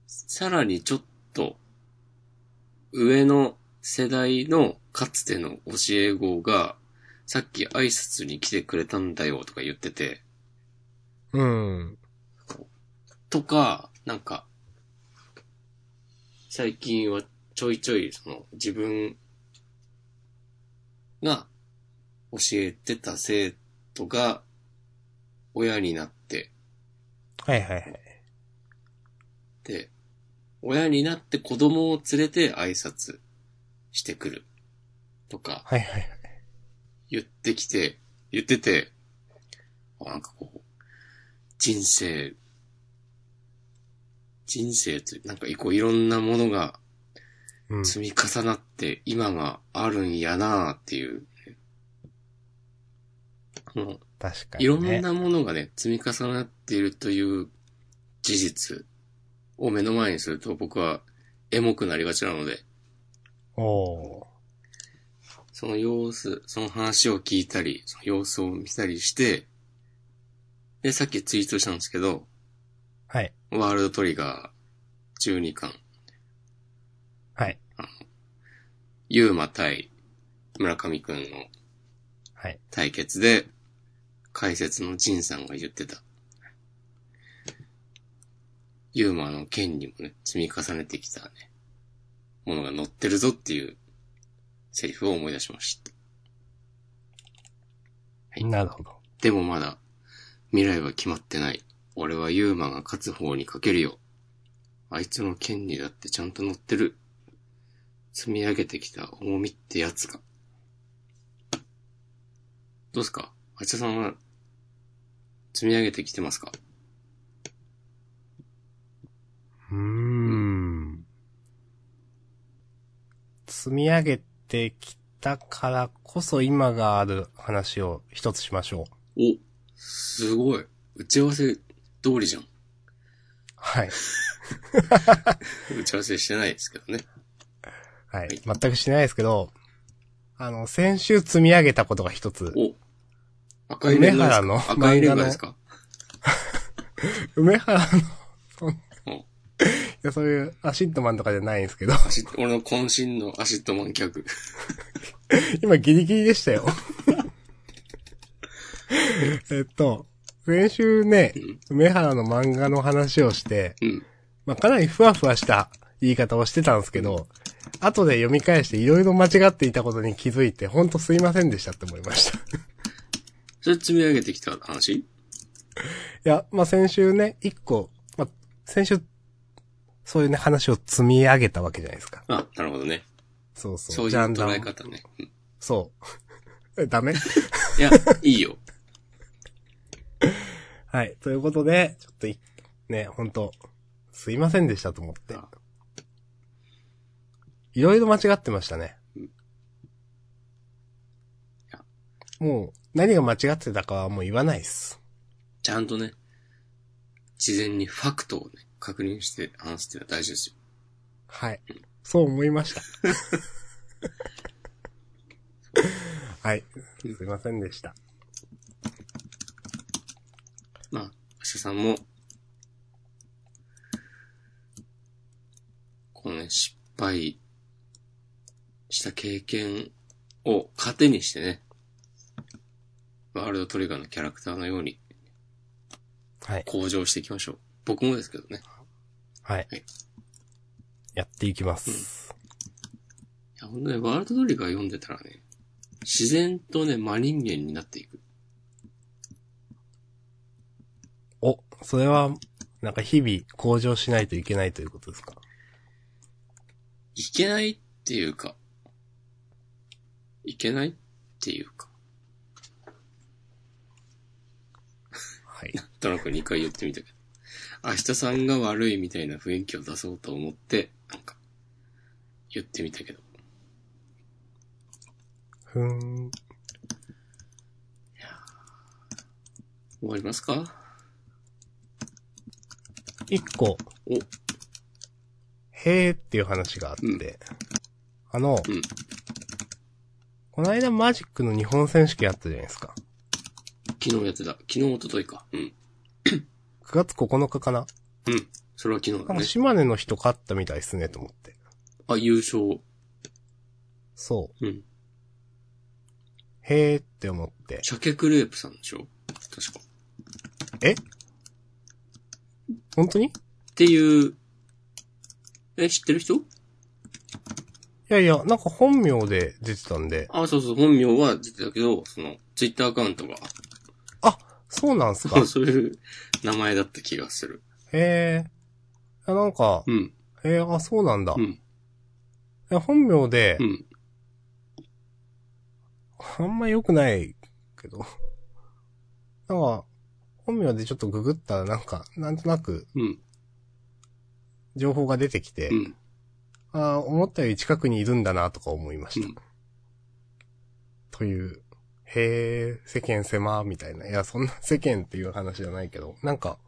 B: さらにちょっと、上の世代のかつての教え子が、さっき挨拶に来てくれたんだよとか言ってて、
A: うん。
B: とか、なんか、最近はちょいちょい、その、自分が教えてた生徒が、親になって、
A: はいはいはい。
B: で、親になって子供を連れて挨拶してくる。とか、
A: はいはいはい。
B: 言ってきて、言ってて、あなんかこう、人生、人生って、なんかこういろんなものが
A: うん。
B: 積み重なって今があるんやなあっていう。この
A: 確かに、ね。
B: いろんなものがね、積み重なっているという事実を目の前にすると僕はエモくなりがちなので、
A: おー
B: その様子、その話を聞いたり、その様子を見たりして、で、さっきツイートしたんですけど、
A: はい。
B: ワールドトリガー12巻、
A: はい。
B: ユーマ対村上くんの
A: はい。
B: 対決で、解説のジンさんが言ってた。ユーマの剣にもね、積み重ねてきたね、ものが載ってるぞっていうセリフを思い出しました。はい
A: なるほど。
B: でもまだ、未来は決まってない。俺はユーマが勝つ方にかけるよ。あいつの権利だってちゃんと乗ってる。積み上げてきた重みってやつが。どうすかあちらさんは、積み上げてきてますか
A: うーん。積み上げてきたからこそ今がある話を一つしましょう。
B: お、すごい。打ち合わせ通りじゃん。
A: はい。
B: 打ち合わせしてないですけどね。
A: はい。全くしないですけど、あの、先週積み上げたことが一つ。
B: お、赤いレンガです
A: 梅原の
B: か赤いレンガですか
A: 梅原の
B: うん。
A: や、そういうアシッドマンとかじゃないんですけど、
B: アシッ俺の渾身のアシットマン客。
A: 今ギリギリでしたよ。えっと、先週ね、梅原の漫画の話をして、
B: うん。
A: まあ、かなりふわふわした言い方をしてたんですけど、後で読み返していろいろ間違っていたことに気づいて、ほんとすいませんでしたって思いました。い
B: それ積み上げてきた話
A: や、まあ、先週ね、一個、まあ、先週、そういうね、話を積み上げたわけじゃないですか。
B: あ、なるほどね。
A: そうそう。
B: そういう
A: ジャンダン
B: 捉え方ね。うん
A: そう。 えダメ
B: いや、 いいよ。
A: はい。ということで、ちょっとい、ね、ほんと、すいませんでしたと思って
B: あ。
A: いろいろ間違ってましたね
B: うんい。や
A: もう、何が間違ってたかはもう言わないっす。
B: ちゃんとね、事前にファクトをね、確認して話すっていうのは大事ですよ。
A: はい。そう思いま した。はい。すいませんでした。
B: まあ、明日さんも、このね、失敗した経験を糧にしてね、ワールドトリガーのキャラクターのように
A: はい。
B: 向上していきましょう。僕もですけどね。
A: はい
B: はい。
A: やっていきます。
B: いや、ほんとね、ワールドトリガー読んでたらね、自然とね、真人間になっていく。
A: お、それは、なんか日々向上しないといけないということですか
B: いけないっていうか、いけないっていうか、
A: はい。
B: なんとなく2回言ってみたけど、明日さんが悪いみたいな雰囲気を出そうと思って、なんか、言ってみたけど。い
A: ふーん。
B: やー終わりますか
A: 一個。
B: お
A: へーっていう話があって。
B: うん
A: あの、
B: うん
A: この間マジックの日本選手権あったじゃないですか。
B: 昨日やってた。昨日、一昨日か。うん。
A: 9月9日かな。
B: うん。それは昨日
A: な
B: だ
A: んか
B: ね。
A: 島根の人勝ったみたいですねと思って。
B: あ、優勝。
A: そ
B: うん。
A: う。へーって思って。
B: 鮭クレープさんでしょ確か。
A: 本当にい
B: っていう、え、知ってる人
A: やいや、なんか本名で出てたんで。
B: あ、そうそう、本名は出てたけど、その、ツイッターアカウントが、
A: そうなんすか
B: そうそういう名前だった気がする。
A: へー。あなんか、
B: うん、
A: へー、あ、そうなんだ。
B: う
A: い
B: ん、
A: や本名で、
B: うん。
A: あんま良くないけど。 なんか、本名でちょっとググったらなんか、なんとなく
B: うん、
A: 情報が出てきて、
B: うん、
A: ああ、思ったより近くにいるんだなとか思いました。
B: うん
A: という、へえ、世間狭みたいな。いや、そんな世間っていう話じゃないけど、なんか、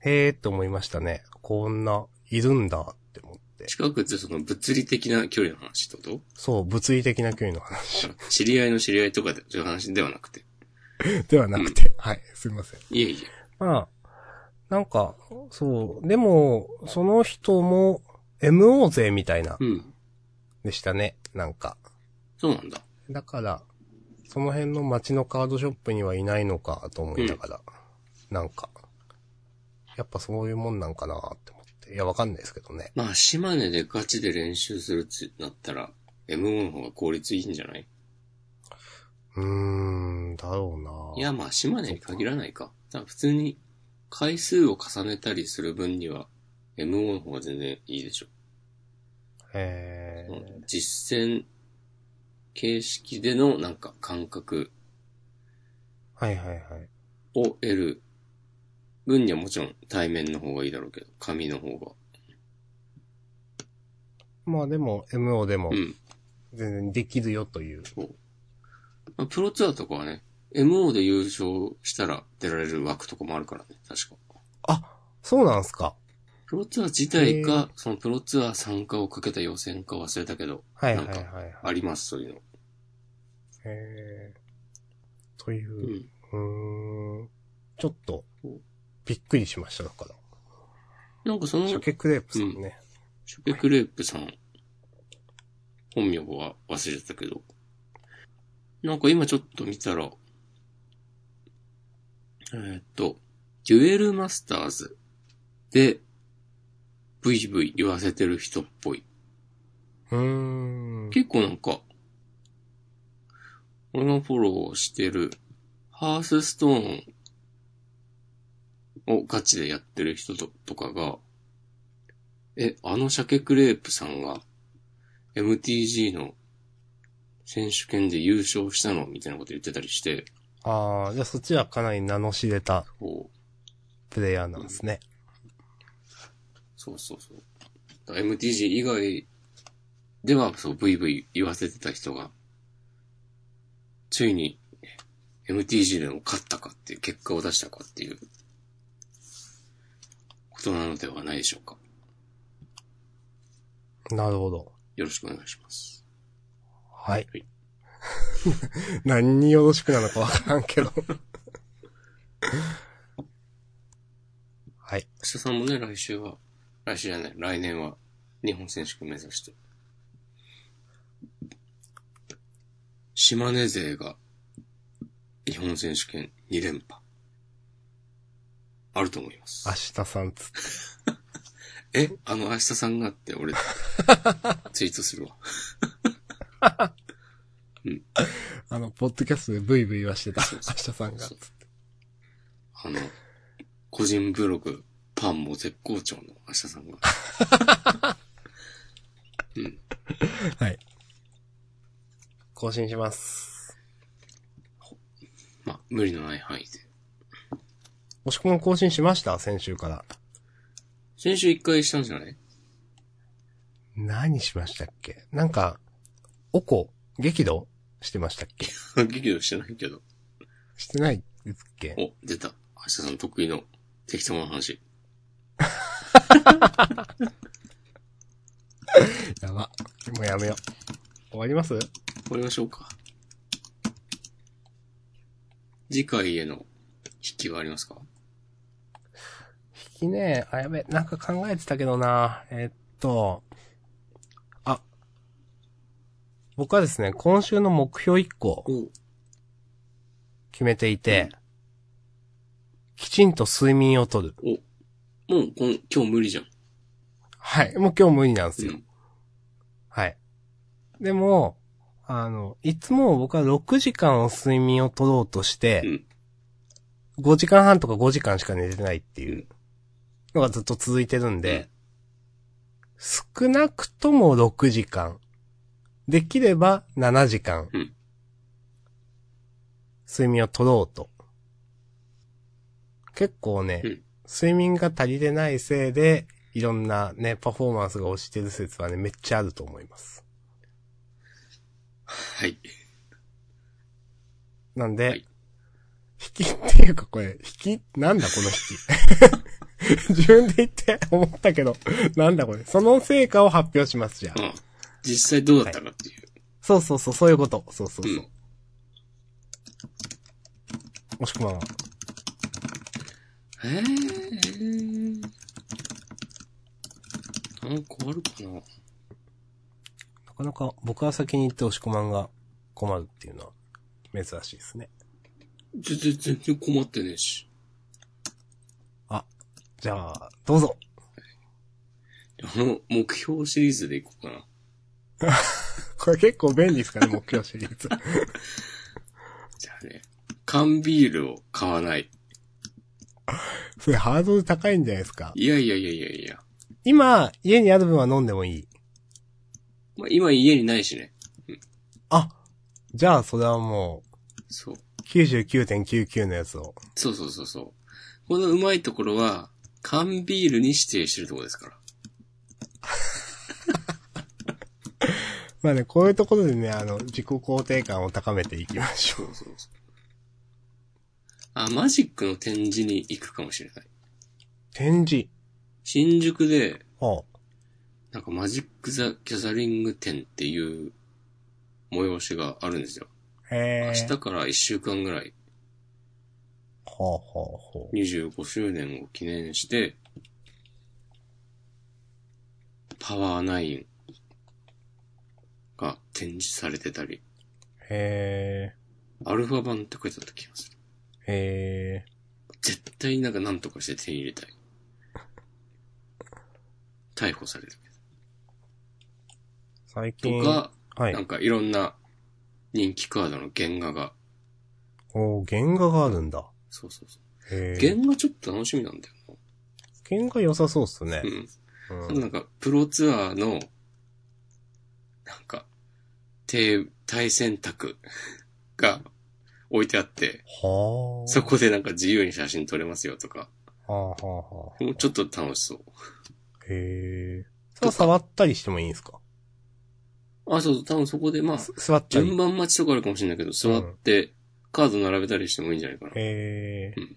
A: へえって思いましたね。こんな、いるんだって思って。
B: 近くってその物理的な距離の話ってこ
A: そう、物理的な距離の話
B: と知り合いの知り合いとかで、そういう話ではなくて。
A: ではなくて、はい、すいません。
B: いえいえ。
A: まあ、なんか、そう、でも、その人も、MO 勢みたいな、
B: うん。
A: でしたね、なんか。
B: そうなんだ。
A: だから、その辺の街のカードショップにはいないのかと思いながら、なんか、やっぱそういうもんなんかなって思って。いや、わかんないですけどね。
B: まあ、島根でガチで練習するってなったら、M1 の方が効率いいんじゃないう
A: ーん、だろうない
B: や、まあ、島根に限らないか。だから普通に、回数を重ねたりする分には、M1 の方が全然いいでしょ。
A: え
B: 実践形式でのなんか感覚
A: ー、はいはいはい。
B: を得る分にはもちろん対面の方がいいだろうけど、紙の方が。
A: まあでも、MO でも
B: う、ん。
A: 全然できるよという。
B: まあ、プロツアーとかはね、MO で優勝したら出られる枠とかもあるからね、確か。
A: あ、そうなんすか。
B: プロツアー自体か、そのプロツアー参加をかけた予選か忘れたけど、
A: はいはいはい
B: なん
A: はい。
B: あります、そういうの。
A: えー、というう、
B: ん。
A: うーん、ちょっと、びっくりしました、だから。
B: なんかその、
A: 鮭クレープさんね。
B: ショケクレープさん、本名は忘れてたけど、なんか今ちょっと見たら、えーっと、デュエルマスターズで、ブイブイ言わせてる人っぽい。
A: うーん。
B: 結構なんか、俺のフォローしてる、ハースストーンをガチでやってる人ととかが、え、あの鮭クレープさんが、MTG の選手権で優勝したのみたいなこと言ってたりして、
A: ああ、じゃあそっちはかなり名の知れた
B: こう、
A: プレイヤーなんですね。
B: そうそうそう。だから MTG 以外では、そう、ブイブイ言わせてた人が、ついに、MTG でも勝ったかっていう、結果を出したかっていう、ことなのではないでしょうか。
A: なるほど。
B: よろしくお願いします。
A: はい
B: はい。
A: 何によろしくなのかわからんけど。はい。
B: 明日さんもね、来週は、来週じゃない、来年は、日本選手権目指して。島根勢が、日本選手権2連覇。あると思います
A: 明。日さんつって。
B: え、あの、明日さんがって、俺、ツイートするわ。
A: あの、ポッドキャストでブイブイ言わしてた。
B: そうそ
A: 明日さんが。
B: そうあの、個人ブログ、パンも絶好調の明日さんが。
A: はい。更新します。
B: まあ、無理のない範囲で。
A: もしくも更新しました先週から。
B: 先週一回したんじゃない
A: 何しましたっけなんか、おこ、激怒してましたっけ
B: 激怒してないけど。
A: してないですっけ
B: お、出た。明日さん得意の適当な話。
A: やば。もうやめよう。終わります
B: 終わりましょうか。次回への引きはありますか
A: 引きね、あ、やべ、なんか考えてたけどな。えっと、あ、僕はですね、今週の目標1個
B: お
A: 決めていて、きちんと睡眠をとる。
B: お。もうこん、今日無理じゃん。
A: はい。もう今日無理なんです
B: う
A: よ。
B: ん。
A: はい。でも、あの、いつも僕は6時間を睡眠を取ろうとして、
B: うん
A: 5時間半とか5時間しか寝てないっていうのがずっと続いてるんで、少なくとも6時間、できれば7時間、
B: うん
A: 睡眠を取ろうと。結構ね、
B: うん
A: 睡眠が足りてないせいで、いろんなね、パフォーマンスが落ちてる説はね、めっちゃあると思います。
B: はい。
A: なんで、
B: はい
A: 引きっていうかこれ、引き、なんだこの引き。 自分で言って思ったけど、なんだこれ。その成果を発表します、じゃ
B: う
A: あ。
B: ん。実際どうだったかっていう。
A: そうそうそう、そういうこと。そうそうそうう。
B: ん。
A: もしくは、
B: えー。なんかあるかな
A: なかなか僕は先に言って押し込まんが困るっていうのは、珍しいですね。
B: 全然、全然困ってねえし。
A: じゃあ、どうぞ。
B: あの、目標シリーズでいこうかな。
A: これ結構便利ですかね、目標シリーズ。
B: じゃあね、缶ビールを買わない。
A: それハードル高いんじゃないですか。
B: いやいやいやいやいや。
A: 今、家にある分は飲んでもいい。
B: まあ、今家にないしね。
A: あ、じゃあそれはも
B: そう。
A: う、99.99のやつを。
B: そうそうそうそう。このうまいところは、缶ビールに指定してるところですから。
A: まあね、こういうところでね、あの、自己肯定感を高めていきましょ
B: そうそうそう。あ、マジックの展示に行くかもしれない。
A: う。展示。
B: 新宿で、
A: はあ、
B: なんかマジック・ザ・ギャザリング展っていう催しがあるんですよ。
A: へ
B: 明
A: え。
B: 日から1週間ぐらい、
A: はあ、はあ、は
B: 25周年を記念して、パワーナインが展示されてたり、
A: へ
B: アルファ版って書いてあった気がする。
A: え、へえ、
B: 絶対なんか何とかして手に入れたい。逮捕される
A: 最
B: けど。
A: 近
B: と、か、
A: はい
B: な。んかいろんな人気カードの原画が、
A: おー原画があるんだ。
B: そうそうそう。
A: へえ。
B: 原画ちょっと楽しみなんだよ
A: 原画良さそうっすね
B: な。。うん。
A: う
B: なん
A: ん。
B: か、プロツアーの、なんか、手、対戦卓が 置いてあって、
A: はあ。
B: そこでなんか自由に写真撮れますよとか、
A: はあはあは
B: もうちょっと楽しそう。
A: あ。へえ。それは触ったりしてもいいんですか
B: あ、そうそう、多分そこでまあ、
A: す座った
B: 順
A: り。
B: 番待ちとかあるかもしれないけど、座って、カード並べたりしてもいいんじゃないかな。
A: へえ
B: うん。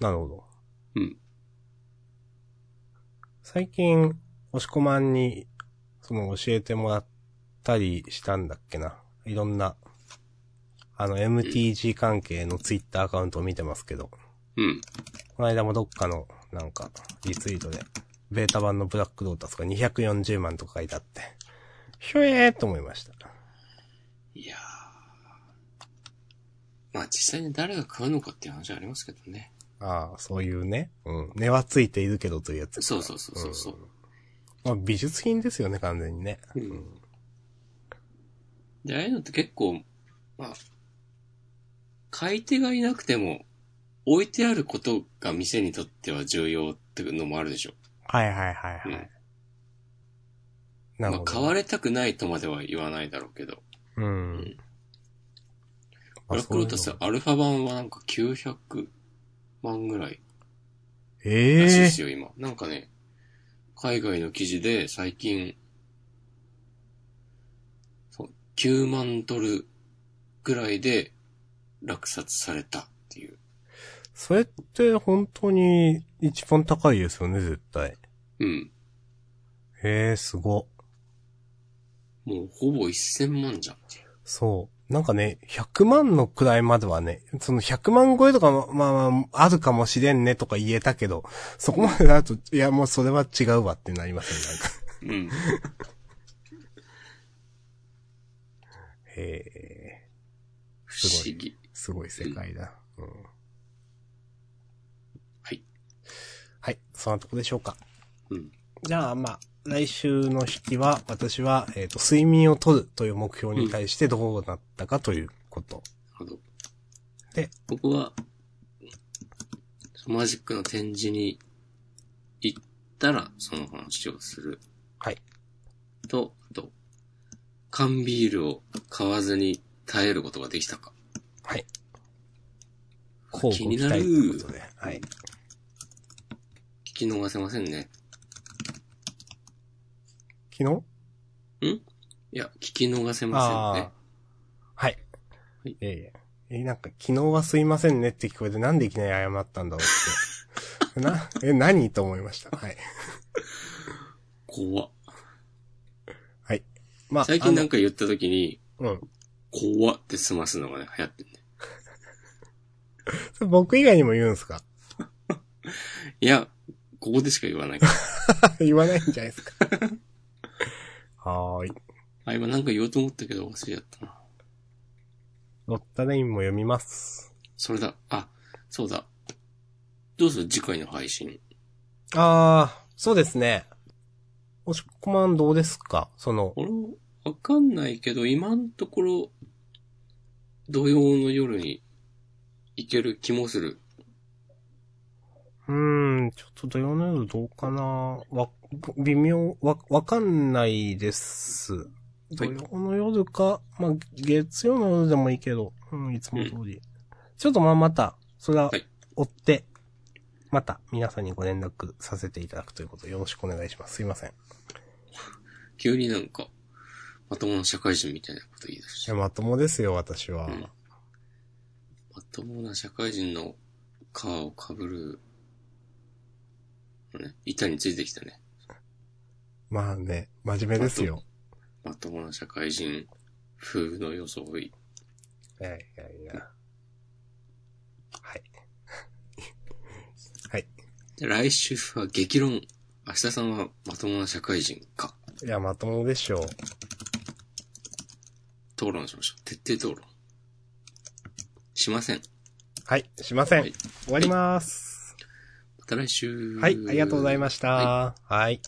A: なるほど。
B: うん。
A: 最近、押し込まんに、その教えてもらったりしたんだっけな。いろんな、あの、MTG 関係のツイッターアカウントを見てますけど。
B: うん。
A: この間もどっかの、なんか、リツイートで、ベータ版のブラックドータスが240万とか書いてあって、ひょえーっと思いました。
B: いやー。まあ実際に誰が買うのかっていう話はありますけどね。
A: ああ、そういうね。うん。値はついているけどというやつ。
B: そうそうそうそうそう。
A: まあ、美術品ですよね、完全にね。
B: うん。で、ああいうのって結構、まあ、買い手がいなくても、置いてあることが店にとっては重要っていうのもあるでしょ。
A: はいはいはいは
B: う
A: い。
B: ん。
A: なる
B: まあ、
A: ほど。
B: 買われたくないとまでは言わないだろうけど。
A: うん。
B: ブラックロータ
A: そ
B: ス
A: ういうの
B: アルファ版はなんか900万ぐらいらしいで
A: ええ
B: すよ、今。なんかね、海外の記事で最近、そう、9万ドルぐらいで落札されたっていう。
A: それって本当に一番高いですよね、絶対。
B: うん。
A: へえ、すご。
B: もうほぼ1000万じゃんっていう。
A: そう。なんかね、100万のくらいまではね、その100万超えとかも、まあまあ、あるかもしれんねとか言えたけど、そこまでだと、いやもうそれは違うわってなりますね、なんか。
B: うん。
A: へえ、
B: 不思議。
A: すごい世界だ。うん。
B: はい。
A: はい、そんなとこでしょうか。
B: うん。
A: じゃあ、まあ、来週の引きは、私は、えっ、と、睡眠をとるという目標に対してどうなったかということ。
B: なるほど。
A: で、
B: 僕は、マジックの展示に行ったら、その話をする。
A: はい。
B: と、あと、缶ビールを買わずに耐えることができたか。
A: はい。こう
B: 気になる
A: ということで。はい。
B: 聞き逃せませんね。
A: 昨日
B: いや、聞き逃せま
A: あ
B: せ
A: あ
B: んね。
A: はい。
B: はい
A: ええ。え、なんか、昨日はすいませんねって聞こえて、なんでいきなり謝ったんだろうって。 な、え、何と思いました。はい。
B: 怖っ
A: まあ、
B: 最近な
A: あ
B: んか言った時に、
A: のうん。
B: 怖って済ますのがね、流行ってんね。
A: それ 僕以外にも言うんすか
B: いや、ここでしか言わない から。
A: 言わないんじゃない ですか。はーい。
B: あ、今なんか言おうと思ったけど忘れちゃったな。
A: ロッタレインも読みます。
B: それだ。あ、そうだ。どうする次回の配信。
A: あー、そうですね。おしこまんどうですかその、
B: 俺もわかんないけど、今のところ、土曜の夜に行ける気もする。
A: うーん、ちょっと土曜の夜どうかなわ、微妙、わ、わかんないです。土曜の夜か、まあ、月曜の夜でもいいけど、うん、いつも通り。ちょっとまあまた、それは
B: はい、
A: 追って、また皆さんにご連絡させていただくということでよろしくお願いします。すいません。
B: 急になんか、まともな社会人みたいなこと言い出し
A: い
B: た。
A: やまともですよ、私は。
B: うんまともな社会人の皮を被る、ね、板についてきたね。
A: まあね、真面目ですよ。
B: まともな社会人風の装い。
A: いやいやいや。はい。はい。
B: で来週は激論明日さんはまともな社会人か。
A: いや、まともでしょう。
B: 討論しましょう。徹底討論。しません。
A: はい、しません。
B: はい
A: 終わります。
B: また来週。
A: はい、ありがとうございました。はい